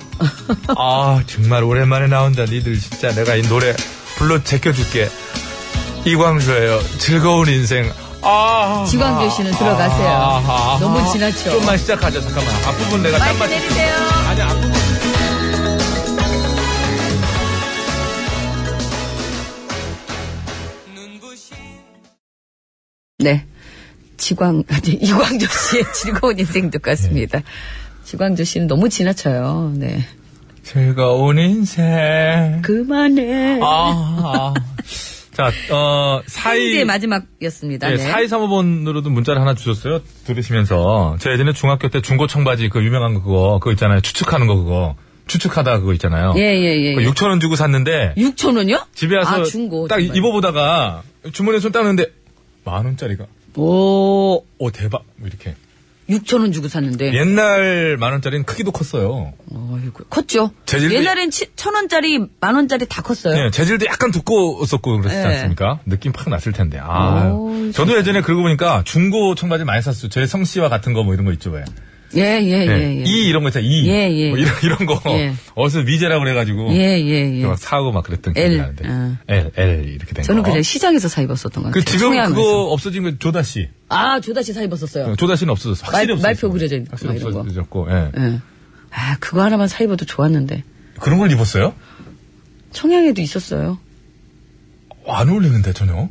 아 정말 오랜만에 나온다 니들 진짜 내가 이 노래 불러 제껴줄게. 이광조예요. 즐거운 인생. 아. 지광조 씨는 들어가세요. 아하. 너무 지나쳐. 좀만 시작하자. 잠깐만. 앞부분 내가 딱 마이크 맞춰. 내리세요. 아니 앞부분. 네. 지광, 아니, 이광조 씨의 즐거운 인생 듣고 왔습니다. 네. 지광조 씨는 너무 지나쳐요. 네. 즐거운 인생. 그만해. 아. 자, 어, 이제 사이. 마지막이었습니다. 네, 네. 4235번으로도 문자를 하나 주셨어요. 들으시면서. 제 예전에 중학교 때 중고 청바지 그 유명한 거 그거, 그거 있잖아요. 추측하는 거 그거. 추측하다 그거 있잖아요. 예, 예, 예. 그 6천원 주고 샀는데, 6천 원이요? 집에 와서 아, 중고. 딱 정말. 입어보다가 주머니에 손 따는데, 만원짜리가. 오, 오, 대박. 뭐 이렇게. 6천 원 주고 예. 샀는데. 옛날 만원짜리는 크기도 컸어요. 어이구, 컸죠? 재질도- 옛날엔 치- 천 원짜리, 만 원짜리 다 컸어요. 예, 재질도 약간 두꺼웠었고 그랬지 예. 않습니까? 느낌 팍 났을 텐데. 아, 오, 저도 예전에 그러고 보니까 중고 청바지 많이 샀어요. 제 성씨와 같은 거 뭐 이런 거 있죠, 왜? 예, 예, 예. 예. 예. 이 이런 거 있잖아, 이. 예, 예. 뭐 이런, 이런 거. 예. 어디서 위제라 그래가지고. 예, 예, 예. 막 사고 막 그랬던 기억이 L, 나는데. 아. L, L 이렇게 된 저는 거. 그냥 시장에서 사 입었었던 것 같아요. 어. 그 지금 청해하면서. 그거 없어진 거 조다 씨. 아, 조다시 사 입었었어요. 조다 씨는 없어졌어. 확실히 말- 없어졌어. 말표 그려져 있는 거, 확실히 이런 거. 없어졌고. 예. 예. 아, 그거 하나만 사 입어도 좋았는데. 그런 걸 입었어요? 청양에도 있었어요. 안 어울리는데 전혀.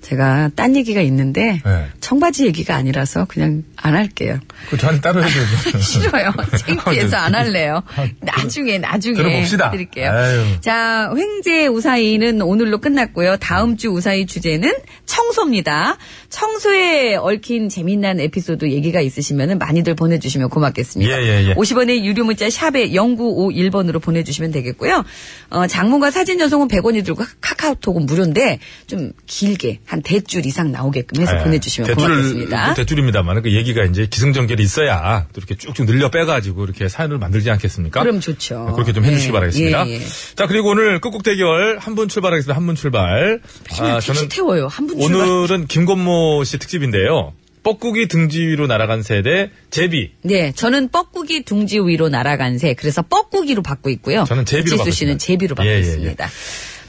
제가 딴 얘기가 있는데 네. 청바지 얘기가 아니라서 그냥 안 할게요. 그 저한테 따로 해줘요. 싫어요. 창피해서 안 할래요. 나중에 나중에 아, 들어봅시다. 드릴게요. 아유. 자, 횡재 우사이는 오늘로 끝났고요. 다음 주 우사이 주제는 청소입니다. 청소에 얽힌 재미난 에피소드 얘기가 있으시면 많이들 보내주시면 고맙겠습니다. 예, 예, 예. 50원의 유료 문자 샵에 0951번으로 보내주시면 되겠고요. 어, 장문과 사진 전송은 100원이 들고 카카오톡은 무료인데 좀 길게 한 대줄 이상 나오게끔 해서 예. 보내주시면 대출을- 고맙겠습니다. 대출입니다만 그 얘기가 이제 기승전결이 있어야 또 이렇게 쭉쭉 늘려 빼가지고 이렇게 사연을 만들지 않겠습니까? 그럼 좋죠. 어, 그렇게 좀 해주시기 예, 바라겠습니다. 예, 예. 자 그리고 오늘 끝곡 대결 한 분 출발하겠습니다. 한 분 출발. 맨날 택시 태워요. 한 분 출발. 아, 오늘은 김건모 씨 특집인데요. 뻐꾸기 등지 위로 날아간 세대 제비. 네, 저는 뻐꾸기 둥지 위로 날아간 새. 그래서 뻐꾸기로 받고 있고요. 저는 제비로 지수 받고 씨는 있습니다. 제비로 받고 예, 예, 있습니다.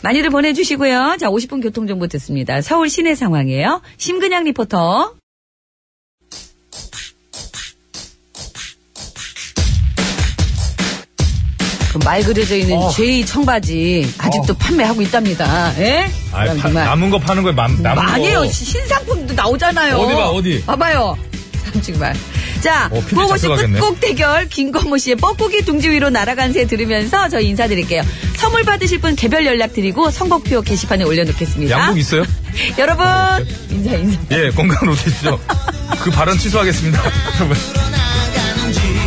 많이들 보내주시고요. 자, 50분 교통정보 듣습니다. 서울 시내 상황이에요. 심근양 리포터. 그말 그려져 있는 어. 제이 청바지 아직도 판매하고 있답니다. 예? 아, 그럼 파- 정말 남은 거 파는 거에 맘- 남은 거. 아니에요. 시- 신상품도 나오잖아요. 어디 봐, 어디? 봐봐요. 참, 정말. 자, 어, 피디 보고시 잡혀가겠네. 끝곡 대결 김건모 씨의 뻐꾸기 둥지 위로 날아간 새 들으면서 저희 인사드릴게요. 선물 받으실 분 개별 연락 드리고 선곡표 게시판에 올려놓겠습니다. 양복 있어요? 네. 여러분 인사 인사. 예, 건강 로테이죠. 그 발언 취소하겠습니다. 여러분. 나가는지